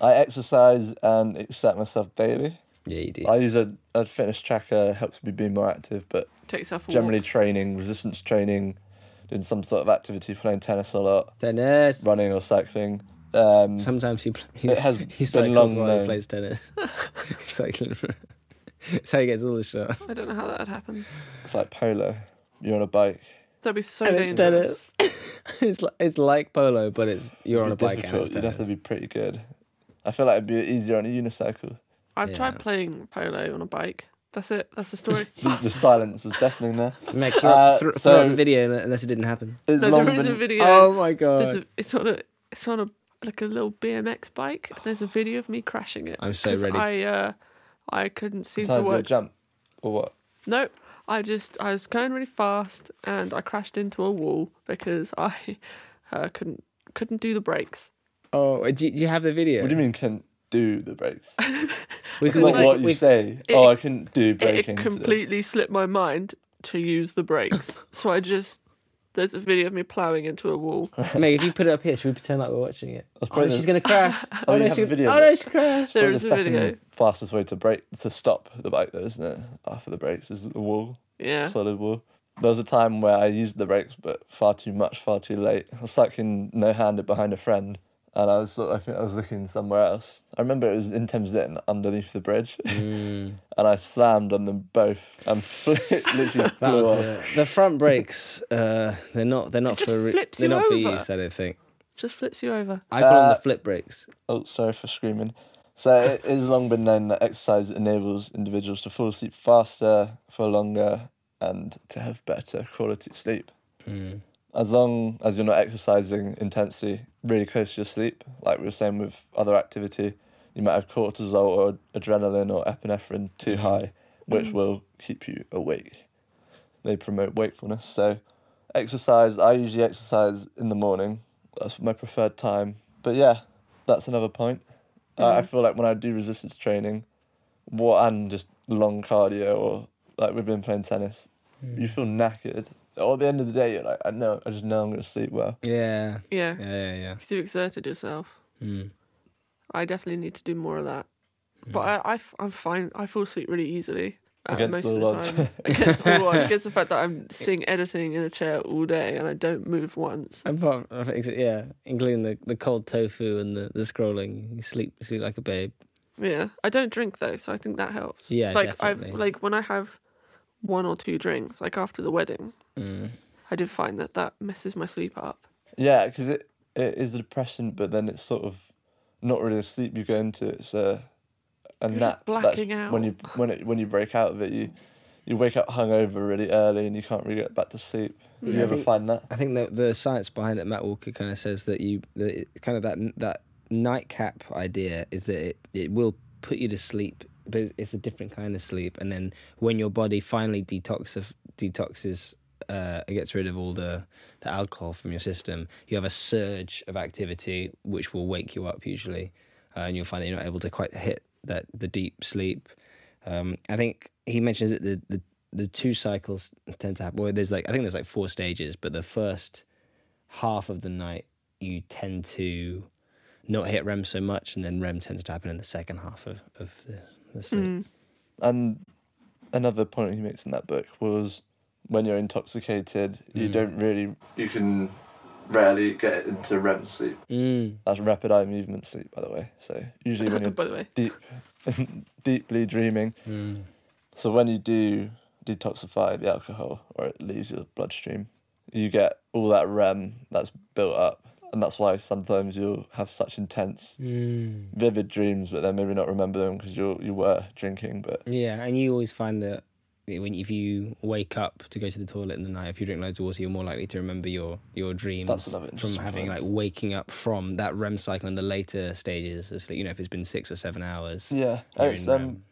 I exercise and excite myself daily. you do. I use a, a fitness tracker, helps me be more active, but Takes off. A generally walk. training, resistance training, doing some sort of activity, playing tennis a lot, tennis. running or cycling. Um, Sometimes he It plays. has he been cycles long while known. he plays tennis. He's cycling. That's how he gets all the shots. I don't know how that would happen. it's like polo. You're on a bike. That'd be so And it's dangerous. it's like it's like polo, but it's you're on a It'd be bike and it's You'd have to tennis. be pretty good. I feel like it'd be easier on a unicycle. I've Yeah. tried playing polo on a bike. That's it. That's the story. The, the silence was deafening there. Meg, throw, Uh, thro- so- throw out the video unless it didn't happen. It's no, long there is a been- video. Oh my There's god! a, it's on a. It's on a like a little BMX bike. There's a video of me crashing it. I'm so 'cause ready. I uh, I couldn't seem Time to to do a work. jump or what? No, I just I was going really fast and I crashed into a wall because I uh, couldn't couldn't do the brakes. Oh, do, you- do you have the video? What do you mean? Can do the breaks. We It's can in, not like, like- what you we- say. it- oh, I couldn't do it, breaking. it today. completely slipped my mind to use the brakes. so I just there's a video of me plowing into a wall. Mate, if you put it up here, should we pretend like we're watching it? That's Oh, no, brilliant. she's gonna crash. Oh, you no, have she, a video oh of no, it. she crashed. There Probably is the a second video. fastest way to break to stop the bike though, isn't it? After the brakes is a wall, Yeah. solid wall. There was a time where I used the brakes, but far too much, far too late. I was cycling no-handed behind a friend, and I was sort of- I think I was looking somewhere else. I remember it was in Thames Ditton underneath the bridge, Mm, and I slammed on them both and fl- literally flew That'll do off. it. The front brakes, uh, they're not they're not just for re- flips they're you not for over. use. I don't think. Just flips you over. I put on Uh, the flip brakes. Oh, sorry for screaming. So it has long been known that exercise enables individuals to fall asleep faster, for longer, and to have better quality sleep. Mm. As long as you're not exercising intensely really close to your sleep, like we were saying with other activity, you might have cortisol or adrenaline or epinephrine too high, which will keep you awake. They promote wakefulness. So exercise, I usually exercise in the morning. That's my preferred time. But yeah, that's another point. I I feel like when I do resistance training, what and just long cardio or like we've been playing tennis, you feel knackered. Or at the end of the day, you're like, I know, I just know I'm gonna sleep well. Yeah, Yeah. yeah, yeah, yeah. Because you've exerted yourself. Mm. I definitely need to do more of that. But I, I, f- I'm fine. I fall asleep really easily. uh, Against most all of odds. the time. against all odds. Against the fact that I'm sitting editing in a chair all day and I don't move once. Apart from, ex- yeah, including the, the cold tofu and the, the scrolling, you sleep you sleep like a babe. Yeah, I don't drink though, so I think that helps. Yeah, like I've definitely. like when I have one or two drinks, like after the wedding, Mm. I did find that that messes my sleep up. Yeah, because it, it is a depression, but then it's sort of not really a sleep you go into. It's a a You're just nap. That's blacking out. When you when it when you break out of it, you you wake up hungover really early and you can't really get back to sleep. Do you I ever think- find that? I think the the science behind it, Matt Walker kind of says that you that it, kind of that that nightcap idea is that it, it will put you to sleep, but it's- it's a different kind of sleep. And then when your body finally detoxif- detoxes, uh, it gets rid of all the the alcohol from your system. You have a surge of activity which will wake you up usually, uh, and you'll find that you're not able to quite hit that the deep sleep. Um, I think he mentions that the, the the two cycles tend to happen. Well, there's like I think there's like four stages, but the first half of the night you tend to not hit REM so much, and then REM tends to happen in the second half of of the, the sleep. Mm. And another point he makes in that book was when you're intoxicated, you don't really Mm. you can rarely get into REM sleep. Mm. That's rapid eye movement sleep, by the way. So usually when you're By the way, deep, deeply dreaming. Mm. So when you do detoxify the alcohol or it leaves your bloodstream, you get all that REM that's built up, and that's why sometimes you'll have such intense, Mm. vivid dreams, but then maybe not remember them because you you were drinking, but Yeah, and you always find that when if you wake up to go to the toilet in the night, if you drink loads of water, you're more likely to remember your your dreams That's another from interesting having point. like waking up from that REM cycle in the later stages of sleep. You know, if it's been six or seven hours. Yeah, you're it's in um, REM.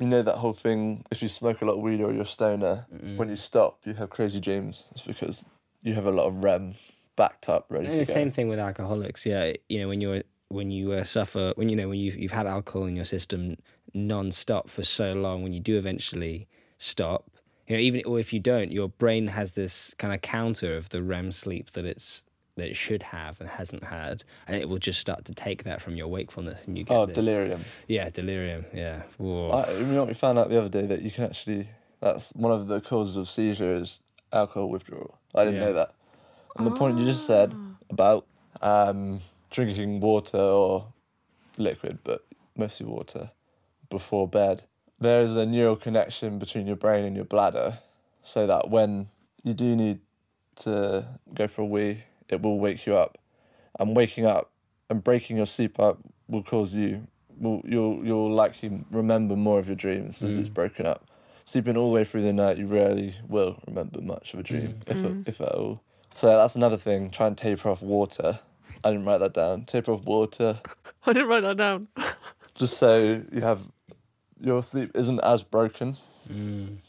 you know that whole thing. If you smoke a lot of weed or you're a stoner, when you stop, you have crazy dreams. It's because you have a lot of REM backed up, ready And to the go. same thing with alcoholics. Yeah, you know when you're when you uh, suffer when you know when you've you've had alcohol in your system non-stop for so long, when you do eventually stop, you know even or if you don't, your brain has this kind of counter of the REM sleep that it's that it should have and hasn't had, and it will just start to take that from your wakefulness, and you get oh, this- delirium. Yeah, delirium. Yeah. Whoa. I, you know what we found out the other day that you can actually. That's one of the causes of seizure is alcohol withdrawal. I didn't Yeah. know that. And the point you just said about um, drinking water or liquid, but mostly water, before bed, there is a neural connection between your brain and your bladder, so that when you do need to go for a wee, it will wake you up. And waking up and breaking your sleep up will cause you will you'll you'll likely remember more of your dreams as it's broken up. Sleeping all the way through the night, you rarely will remember much of a dream, if if at all. So that's another thing. Try and taper off water. I didn't write that down. Taper off water, I didn't write that down. just so you have your sleep isn't as broken.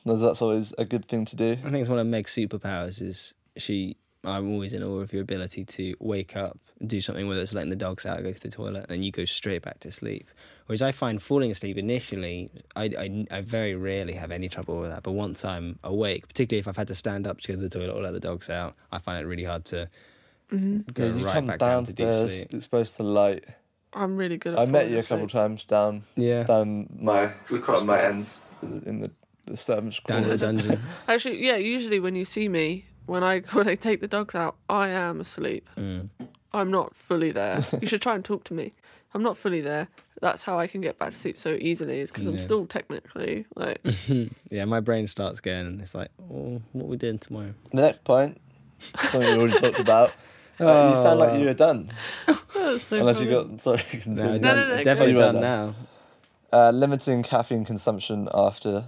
That's always a good thing to do. I think it's one of Meg's superpowers is she I'm always in awe of your ability to wake up, do something, whether it's letting the dogs out, go to the toilet, and you go straight back to sleep. Whereas I find falling asleep initially, I, I, I very rarely have any trouble with that. But once I'm awake, particularly if I've had to stand up to go to the toilet or let the dogs out, I find it really hard to go Mm-hmm. Yeah, you right come back down to downstairs. deep sleep. It's supposed to light. I'm really good at I met falling you a asleep. couple times down Yeah. down my we crossed my ends paths. in the the servants' Down in the quarters. dungeon. Actually, yeah. Usually, when you see me, when I when I take the dogs out, I am asleep. I'm not fully there. you should try and talk to me. I'm not fully there. That's how I can get back to sleep so easily, is because I'm Yeah. still technically like Mm. yeah, my brain starts going, and it's like, oh, what are we doing tomorrow? The next point, something we already talked about. Uh, you sound like you were Oh. done, that's so unless you funny. got sorry. No, continue. No, no, no, definitely go. done now. Uh, limiting caffeine consumption after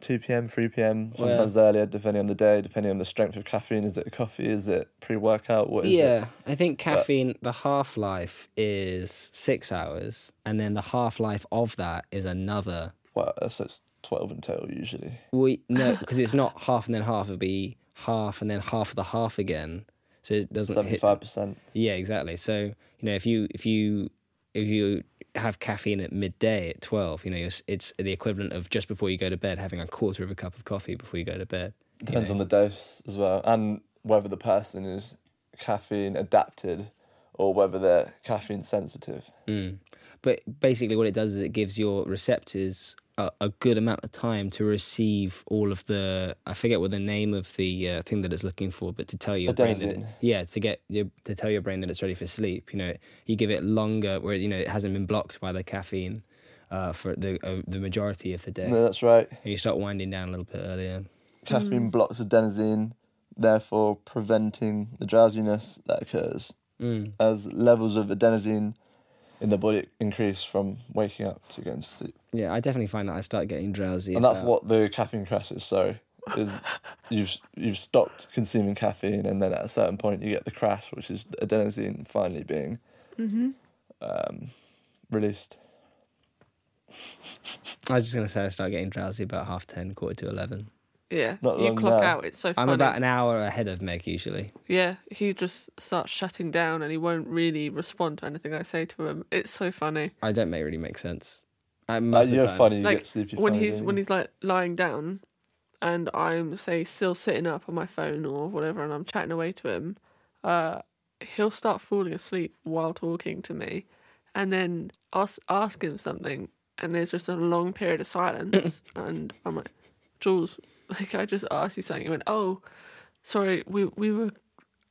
2 p.m., 3 p.m., Well, sometimes earlier, depending on the day, depending on the strength of caffeine. Is it coffee? Is it pre-workout? What is it? Yeah, I think caffeine, the half life is six hours, and then the half life of that is another. Well, that's uh, it's 12 in total usually. We no, because it's not half and then half. It'd be half and then half of the half again. So it doesn't hit. 75%. Yeah, exactly. So you know, if you if you if you have caffeine at midday at twelve, you know, it's, it's the equivalent of just before you go to bed having a quarter of a cup of coffee before you go to bed. you Depends know. on the dose as well, and whether the person is caffeine adapted or whether they're caffeine sensitive. Mm. But basically, what it does is it gives your receptors a, a good amount of time to receive all of the. I forget what the name of the uh, thing that it's looking for, but to tell your brain that it, Adenosine. yeah, to get your, to tell your brain that it's ready for sleep. You know, you give it longer, whereas you know it hasn't been blocked by the caffeine uh, for the uh, the majority of the day, No, that's right. and you start winding down a little bit earlier. Caffeine blocks adenosine, therefore preventing the drowsiness that occurs. Mm. As levels of adenosine in the body increase from waking up to going to sleep. Yeah, I definitely find that I start getting drowsy. and that's about- what the caffeine crash is. Sorry, is you've you've stopped consuming caffeine, and then at a certain point you get the crash, which is adenosine finally being Mm-hmm. um, released. I was just gonna say. I start getting drowsy about half ten, quarter to eleven. yeah. Not You long clock now. out. It's so I'm funny. about an hour ahead of Meg usually. Yeah, he just starts shutting down and he won't really respond to anything I say to him. It's so funny. I don't make really make sense. I Uh, most of the you're time. funny. You like get sleepy when funny, he's don't when you? he's like lying down, and I'm say still sitting up on my phone or whatever, and I'm chatting away to him. Uh, he'll start falling asleep while talking to me, and then ask ask him something, and there's just a long period of silence, and I'm like, Jules, like I just asked you something. He went, Oh, sorry, we we were.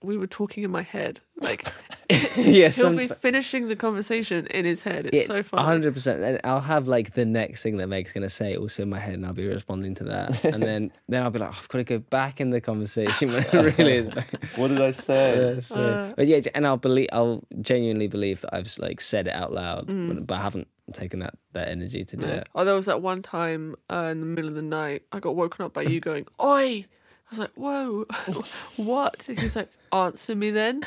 We were talking in my head. Like yeah, he'll be someti- finishing the conversation in his head. It's yeah, so a funny. hundred percent. And I'll have like the next thing that Meg's gonna say also in my head, and I'll be responding to that, and then then I'll be like, "Oh, I've got to go back in the conversation when it really is. Back. What did I say? Yeah, so- but yeah, and I'll believe, I'll genuinely believe that I've like said it out loud, Mm. but, but I haven't taken that that energy to do Yeah. it. Oh, there was that one time uh, in the middle of the night, I got woken up by you going, Oi! I was like, Whoa, what? And He's like, Answer me then.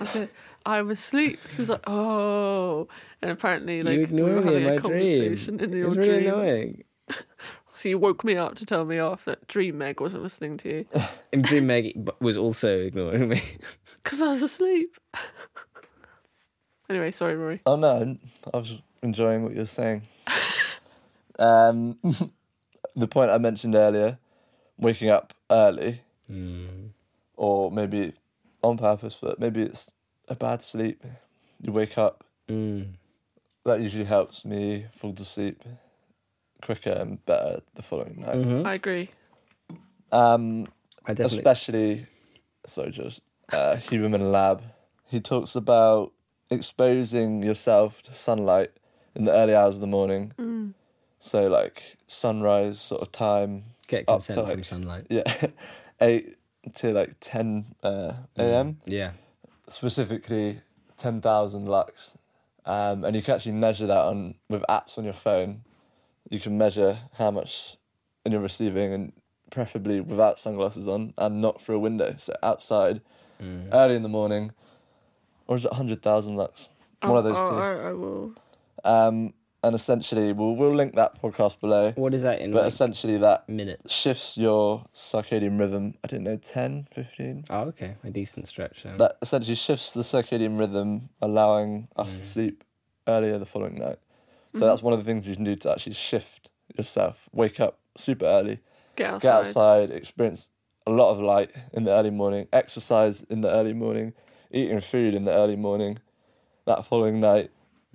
I said, I'm asleep. He was like, Oh. And apparently, like, you we ignore were me having in a my dream. conversation in your It's really dream. annoying. So you woke me up to tell me off that Dream Meg wasn't listening to you And Dream Meg was also ignoring me. because I was asleep. anyway, sorry, Rory. Oh no, I was enjoying what you were saying. um, the point I mentioned earlier, waking up early, Mm. or maybe on purpose, but maybe it's a bad sleep. You wake up Mm. that usually helps me fall to sleep quicker and better the following night. I agree. Um, I definitely. especially, sorry, just uh, Huberman Lab. He talks about exposing yourself to sunlight in the early hours of the morning. So like sunrise sort of time, get up to, consent from like- sunlight. yeah, eight to like ten uh, a.m. Yeah. specifically 10,000 lux. Um, and you can actually measure that on with apps on your phone. You can measure how much you're receiving, and preferably without sunglasses on and not through a window. So outside, early in the morning, or is it 100,000 lux? One of those Oh, two. I, I will. Um, and essentially we'll we'll link that podcast below. What is that in But like essentially that minutes? shifts your circadian rhythm. I don't know, 10, 15. Oh, okay, a decent stretch. Then. That essentially shifts the circadian rhythm, allowing us Mm. to sleep earlier the following night. So Mm-hmm. that's one of the things you can do to actually shift yourself. Wake up super early, Get outside. get outside, experience a lot of light in the early morning, exercise in the early morning, eating food in the early morning. That following night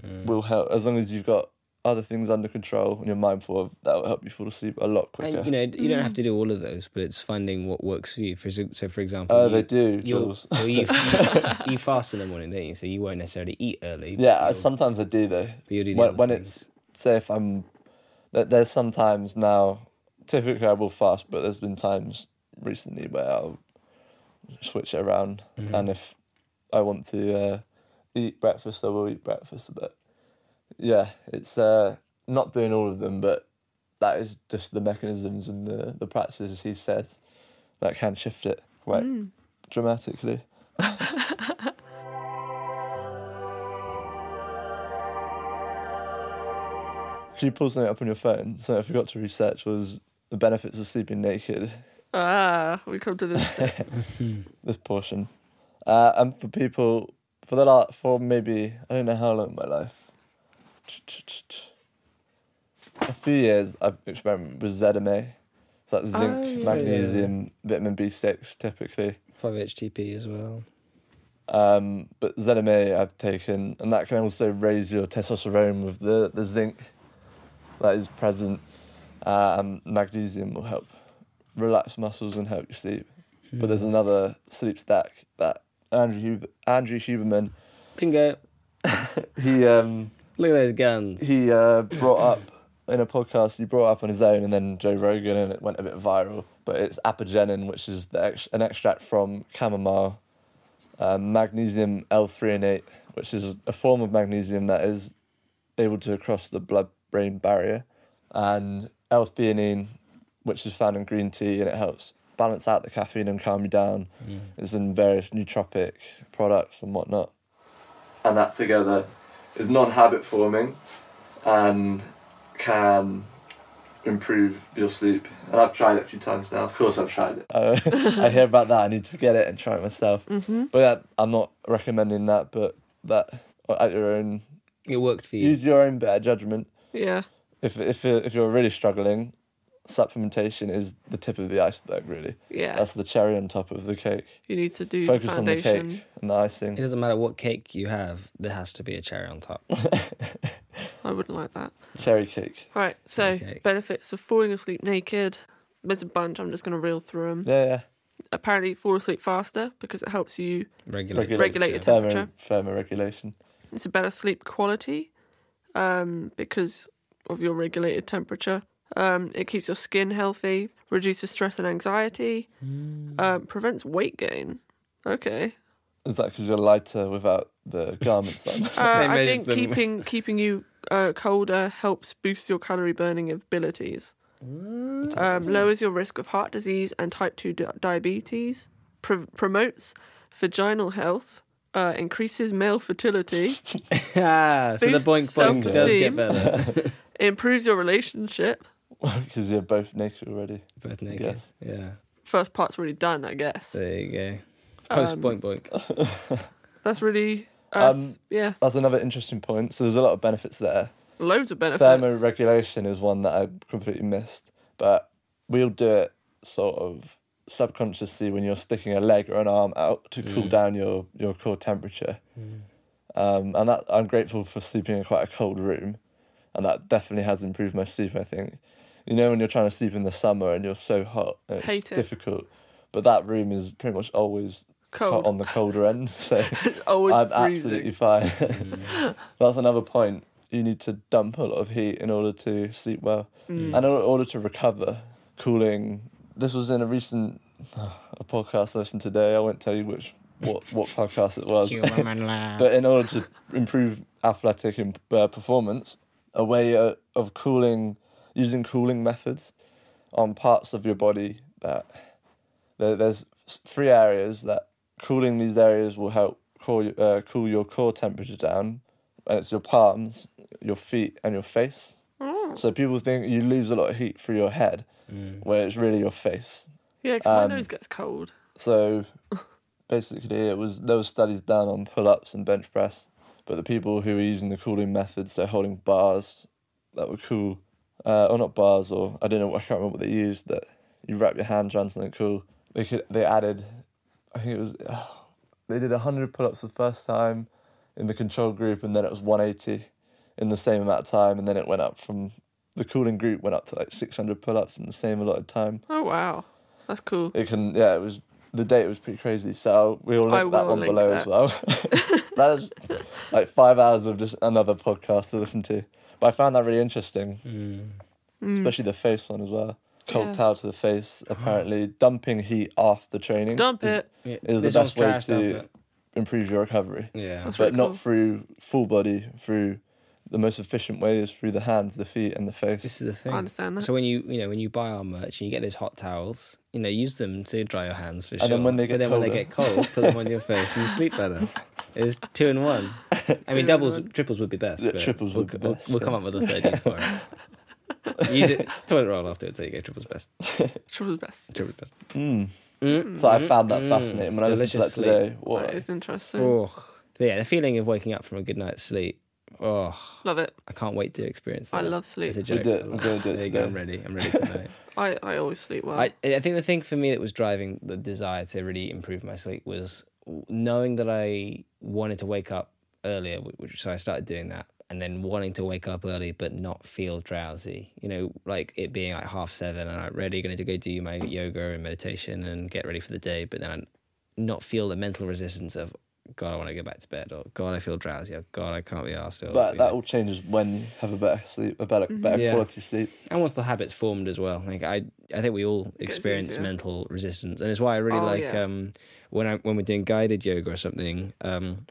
Mm. will help as long as you've got other things under control and you're mindful of that will help you fall asleep a lot quicker. And you know, you don't have to do all of those, but it's finding what works for you. For exa- so, for example, Oh, you, they do, you'll- Jules. well, you, you, you fast in the morning, don't you? So you won't necessarily eat early. but Yeah, I- you'll- sometimes I do though. But you do the when other when things. it's say if I'm there- there's sometimes now typically I will fast, but there's been times recently where I'll switch it around, Mm-hmm. and if I want to uh, eat breakfast, I will eat breakfast. But yeah, it's uh, not doing all of them, but that is just the mechanisms and the the practices he says that can shift it quite dramatically. Can you pull something up on your phone? So I forgot to research was the benefits of sleeping naked. Ah, we come to this. bit. This portion, uh, and for people for the last for maybe I don't know how long in my life, a few years I've experimented with ZMA. So that's zinc, Oh, yeah. magnesium, vitamin B six typically. five HTP as well. Um, but ZMA I've taken, and that can also raise your testosterone with the, the zinc that is present. Um, magnesium will help relax muscles and help you sleep. But there's another sleep stack that Andrew Huber, Andrew Huberman Bingo! he um, Look at those guns. he uh, brought up in a podcast. He brought up on his own, and then Joe Rogan, and it went a bit viral. But it's apigenin, which is the ex- an extract from chamomile, um, magnesium L308, which is a form of magnesium that is able to cross the blood-brain barrier, and L-theanine, which is found in green tea, and it helps balance out the caffeine and calm you down. It's in various nootropic products and whatnot. And that together is non-habit forming and can improve your sleep. And I've tried it a few times now. Of course, I've tried it. Uh, I hear about that. I need to get it and try it myself. But that, I'm not recommending that. But that at your own It worked for you. use your own better judgment. yeah. If if you're- if you're really struggling, supplementation is the tip of the iceberg. Really, Yeah. that's the cherry on top of the cake. you need to do the Focus on the foundation. cake and the icing. it doesn't matter what cake you have, there has to be a cherry on top. I wouldn't like that. Cherry cake. All right. So Okay. benefits of falling asleep naked. There's a bunch. I'm just going to reel through them. Yeah, yeah. Apparently, fall asleep faster because it helps you. Regular. Regulate your temperature. thermo- temperature. Thermoregulation. It's a better sleep quality um, because of your regulated temperature. Um, it keeps your skin healthy, reduces stress and anxiety, um, prevents weight gain. Okay. Is that because you're lighter without the garments on? Uh, I measured think them. keeping keeping you uh, colder helps boost your calorie burning abilities. Um, lowers your risk of heart disease and type two di- diabetes. Pr- promotes vaginal health. Uh, increases male fertility. ah, so the boink Boosts boink does self-esteem. get better. improves your relationship. Because you're both naked already. Both naked. Yes. Yeah. First part's already done, I guess. There you go. Post Um, boink boink. That's really uh, s- Um, yeah, That's another interesting point. So there's a lot of benefits there. loads of benefits. Thermoregulation is one that I completely missed, but we'll do it sort of subconsciously when you're sticking a leg or an arm out to cool down your, your core temperature. Um, and that I'm grateful for sleeping in quite a cold room, and that definitely has improved my sleep. I think, you know, when you're trying to sleep in the summer and you're so hot, and it's Hate it. difficult. But that room is pretty much always Cold. hot on the colder end, so It's always I'm freezing. absolutely fine. That's another point. You need to dump a lot of heat in order to sleep well and in order to recover. Cooling. This was in a recent a podcast I listened to today. I won't tell you which what what podcast it was. but in order to improve athletic imp- uh, performance, a way uh, of cooling using cooling methods on parts of your body that there, there's s- three areas that cooling these areas will help cool, y- uh, cool your core temperature down, and it's your palms, your feet, and your face. So people think you lose a lot of heat through your head, where it's really your face. Yeah, because my nose gets cold. So basically, it was there was studies done on pull-ups and bench press, but the people who were using the cooling methods, so holding bars that were cool, uh, or not bars, or I don't know, I can't remember what they used. That you wrap your hands around something cool. They could they added, I think it was, they did hundred pull-ups the first time in the control group, and then it was one eighty in the same amount of time, and then it went up from the cooling group went up to like six hundred pull-ups in the same allotted time Oh wow, that's cool. it can yeah it was the date was pretty crazy so we'll I link that will one link below as that. well that's like five hours of just another podcast to listen to but i found that really interesting Mm. Mm. especially the face one as well cold Hmm. Yeah. towel to the face apparently dumping heat off the training Dump is, it. Yeah, is the this one's best way trash, don't to- it? improve your recovery Yeah. That's but really not cool. through full body through the most efficient way is through the hands the feet and the face This is the I thing. understand that. So when you you know when you buy our merch and you get those hot towels, you know use them to dry your hands for sure. And then when they get but then when they colder. get cold, put them on your face and you sleep better. It's two in one. I mean in doubles, one. triples would be best. Yeah, but triples we'll, would be we'll- best, We'll, yeah. come up with a third use for it. Use it toilet roll after it, so you get triples best. Trouble's best. Triples best. Mm. Mm. so i found that Mm. fascinating when i listened to that Delicious sleep. today what That is interesting. Oh, yeah, the feeling of waking up from a good night's sleep. Oh, Love it. I can't wait to experience that. I love sleep. It's a joke. do it. We're gonna do it There you today. go. I'm ready. I'm ready for that. I, I always sleep well. I, I think the thing for me that was driving the desire to really improve my sleep was knowing that I wanted to wake up earlier, wh- which so I started doing that, and then wanting to wake up early but not feel drowsy. You know, like it being like half seven, and I'm ready, going to go do my yoga and meditation and get ready for the day, but then I not feel the mental resistance of God, I want to go back to bed, or God, I feel drowsy, or God, I can't be asked. Or, But you that know. all changes when you have a better sleep, a better, better Yeah. quality sleep. and once the habit's formed as well like i i think we all experience easier. mental resistance and it's why i really Oh, like yeah. um when i when we're doing guided yoga or something um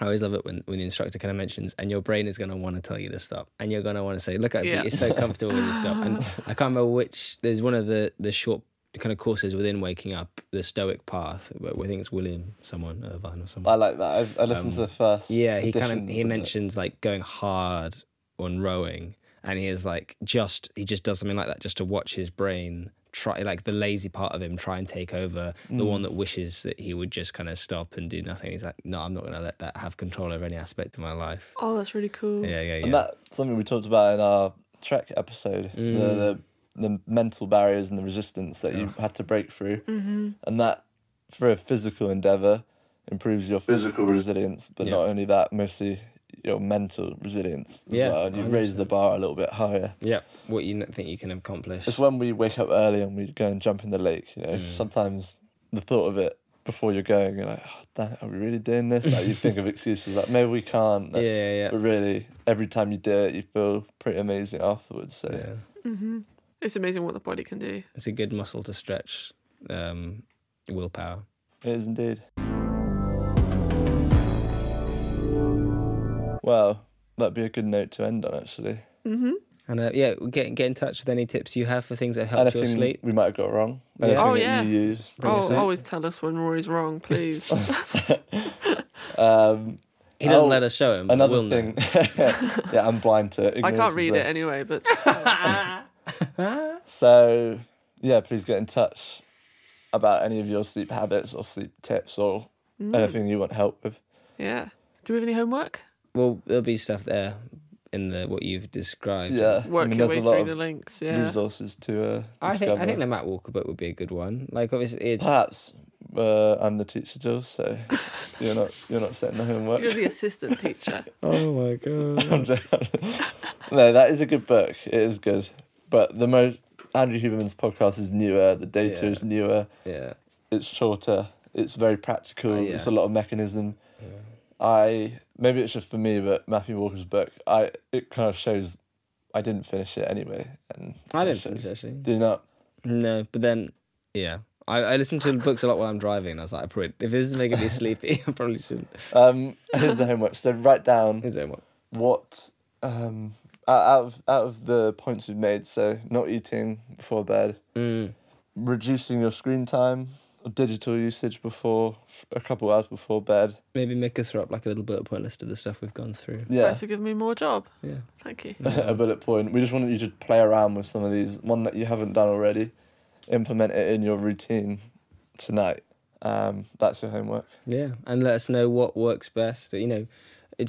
I always love it when, when the instructor kind of mentions, and your brain is going to want to tell you to stop, and you're going to want to say, "Look, at Yeah. it's so comfortable when you stop." And I can't remember which. There's one of the the short kind of courses within waking up, the Stoic path. Where, I think it's William, someone Irvine or someone. I like that. I've, I listened to the first. Yeah, he kind of editions he it. mentions like going hard on rowing, and he is like just he just does something like that just to watch his brain try like the lazy part of him try and take over the Mm. one that wishes that he would just kind of stop and do nothing. He's like, no, I'm not going to let that have control over any aspect of my life. oh, that's really cool. Yeah, yeah, yeah. Mm. And that's something we talked about in our Trek episode Mm. the, the the mental barriers and the resistance that you had to break through. Mm-hmm. And that, for a physical endeavor, improves your physical resilience, but Yeah. not only that, mostly your mental resilience as Yeah, well. And you raise the bar a little bit higher. yeah, what you n- think you can accomplish? It's when we wake up early and we go and jump in the lake. You know, Mm. sometimes the thought of it before you're going, you're like, oh, damn, are we really doing this? Like you think of excuses, like maybe we can't. Yeah, like, yeah, But yeah. really, every time you do it, you feel pretty amazing afterwards. So yeah. mm-hmm. It's amazing what the body can do. It's a good muscle to stretch. Um, willpower. it is indeed. Well, that'd be a good note to end on, actually. And uh, yeah, get get in touch with any tips you have for things that help your Anything sleep. we might have got wrong. Yeah. Anything Oh, that yeah. you used. Oh, so. always tell us when Rory's wrong, please. Um, He Oh, doesn't let us show him. but another we'll know. thing. yeah, I'm blind to it. I Ignorance can't is read it bliss. anyway, but So, yeah, please get in touch about any of your sleep habits or sleep tips or Mm. anything you want help with. yeah. Do we have any homework? Well, there'll be stuff there in the what you've described. Yeah, Work I mean, your there's way a lot through of the links. Yeah. resources to uh, discover. I think I think the Matt Walker book would be a good one. Like obviously, it's Perhaps uh, I'm the teacher, Jill, so you're not you're not setting the homework. You're the assistant teacher. oh my god, no, that is a good book. It is good, but the most Andrew Huberman's podcast is newer. The data Yeah. is newer. yeah, it's shorter. It's very practical. Oh, yeah. It's a lot of mechanism. I maybe it's just for me, but Matthew Walker's book, I it kind of shows. I didn't finish it anyway, and I kinda didn't finish shows- it, actually. Do you not? no, but then yeah, I, I listen to books a lot while I'm driving, and I was like, I probably, if this is making me sleepy, I probably shouldn't. Um, here's the homework. So write down Is there one? what um out- out of out of the points you've made. So not eating before bed, Mm. reducing your screen time. of digital usage before a couple hours before bed. Maybe make us throw up like a little bullet point list of the stuff we've gone through. Yeah, Thanks for giving me more job. Yeah. Thank you. Mm. a bullet point. We just wanted you to play around with some of these. One that you haven't done already, implement it in your routine tonight. Um, that's your homework. Yeah, and let us know what works best. You know,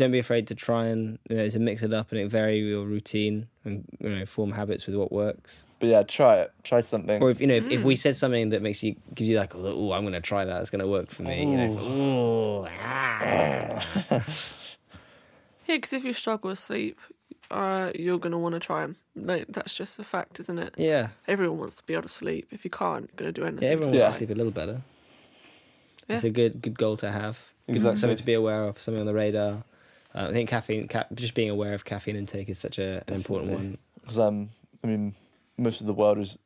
don't be afraid to try and you know to mix it up and it vary your routine and you know form habits with what works. But yeah, try it. Try something. Or if you know if, if we said something that makes you gives you like oh I'm gonna try that it's gonna work for me. You know, ooh, ah. Yeah, because if you struggle with sleep, uh, you're gonna want to try them. Like that's just a fact, isn't it? yeah, Everyone wants to be able to sleep. If you can't, you're gonna do anything. yeah. Everyone to wants Yeah. to sleep a little better. Yeah. It's a good good goal to have. Good, Exactly. Something to be aware of. Something on the radar. Uh, I think caffeine, ca- just being aware of caffeine intake is such a, an important Definitely. one. Because um, I mean, most of the world is,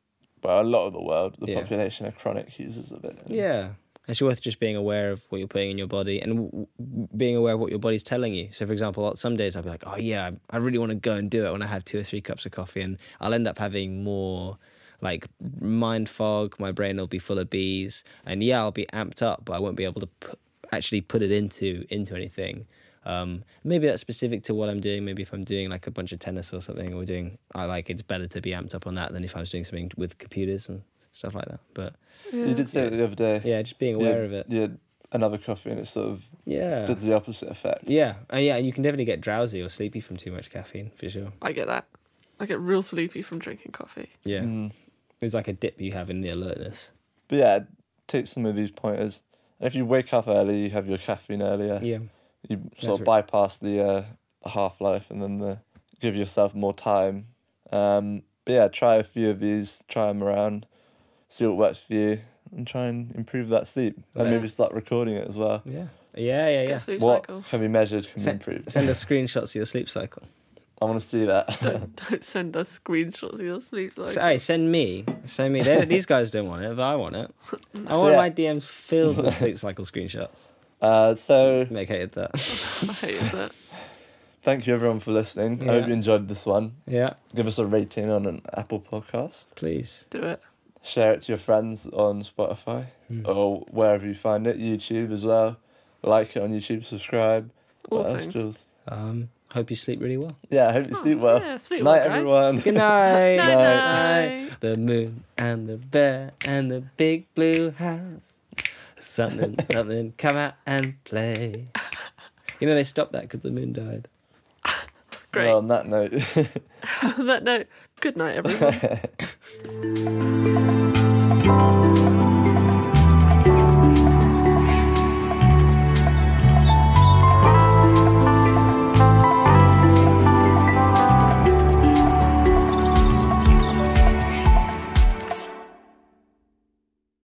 well, a lot of the world, the Yeah. population are chronic users of it. Yeah. It's worth just being aware of what you're putting in your body and w- w- being aware of what your body's telling you. So, for example, some days I'll be like, oh, yeah, I I really want to go and do it when I have two or three cups of coffee. And I'll end up having more like mind fog. My brain will be full of bees. And yeah, I'll be amped up, but I won't be able to pu- actually put it into into anything. Um, maybe that's specific to what I'm doing. Maybe if I'm doing like a bunch of tennis or something, or doing, I like it's better to be amped up on that than if I was doing something with computers and stuff like that. But You did say it the other day. yeah, just being You had- aware of it. You had another coffee and it sort of Yeah. does the opposite effect. yeah. Uh, yeah. You can definitely get drowsy or sleepy from too much caffeine, for sure. I get that. I get real sleepy from drinking coffee. Yeah. Mm. It's like a dip you have in the alertness. But yeah, take some of these pointers. And if you wake up early, you have your caffeine earlier. Yeah. You sort of right. bypass the uh, half life and then the, give yourself more time. Um, but yeah, try a few of these, try them around, see what works for you, and try and improve that sleep. And Yeah. maybe start recording it as well. Yeah. Yeah. Yeah. Get Yeah. a sleep What cycle. can be measured can be Set- improved. Send us screenshots of your sleep cycle. I want to see that. Don't don't send us screenshots of your sleep cycle. So, hey, send me. Send me. They- These guys don't want it, but I want it. I want yeah. my DMs filled with sleep cycle screenshots. uh, so Meg hated that. I hate that. thank you everyone for listening. I Yeah. hope you enjoyed this one. yeah. Give us a rating on an Apple podcast. Please. Do it. Share it to your friends on Spotify or wherever you find it. YouTube as well. Like it on YouTube. Subscribe. All What else, things. Oh, Jules? Um, hope you sleep really well. Yeah, I hope you sleep well. yeah, sleep Night, well, guys. everyone. Good night. Night, night. The moon and the bear and the big blue house. Something, something, come out and play. You know, they stopped that because the moon died. Great. Well, on that note. On that note, good night, everyone.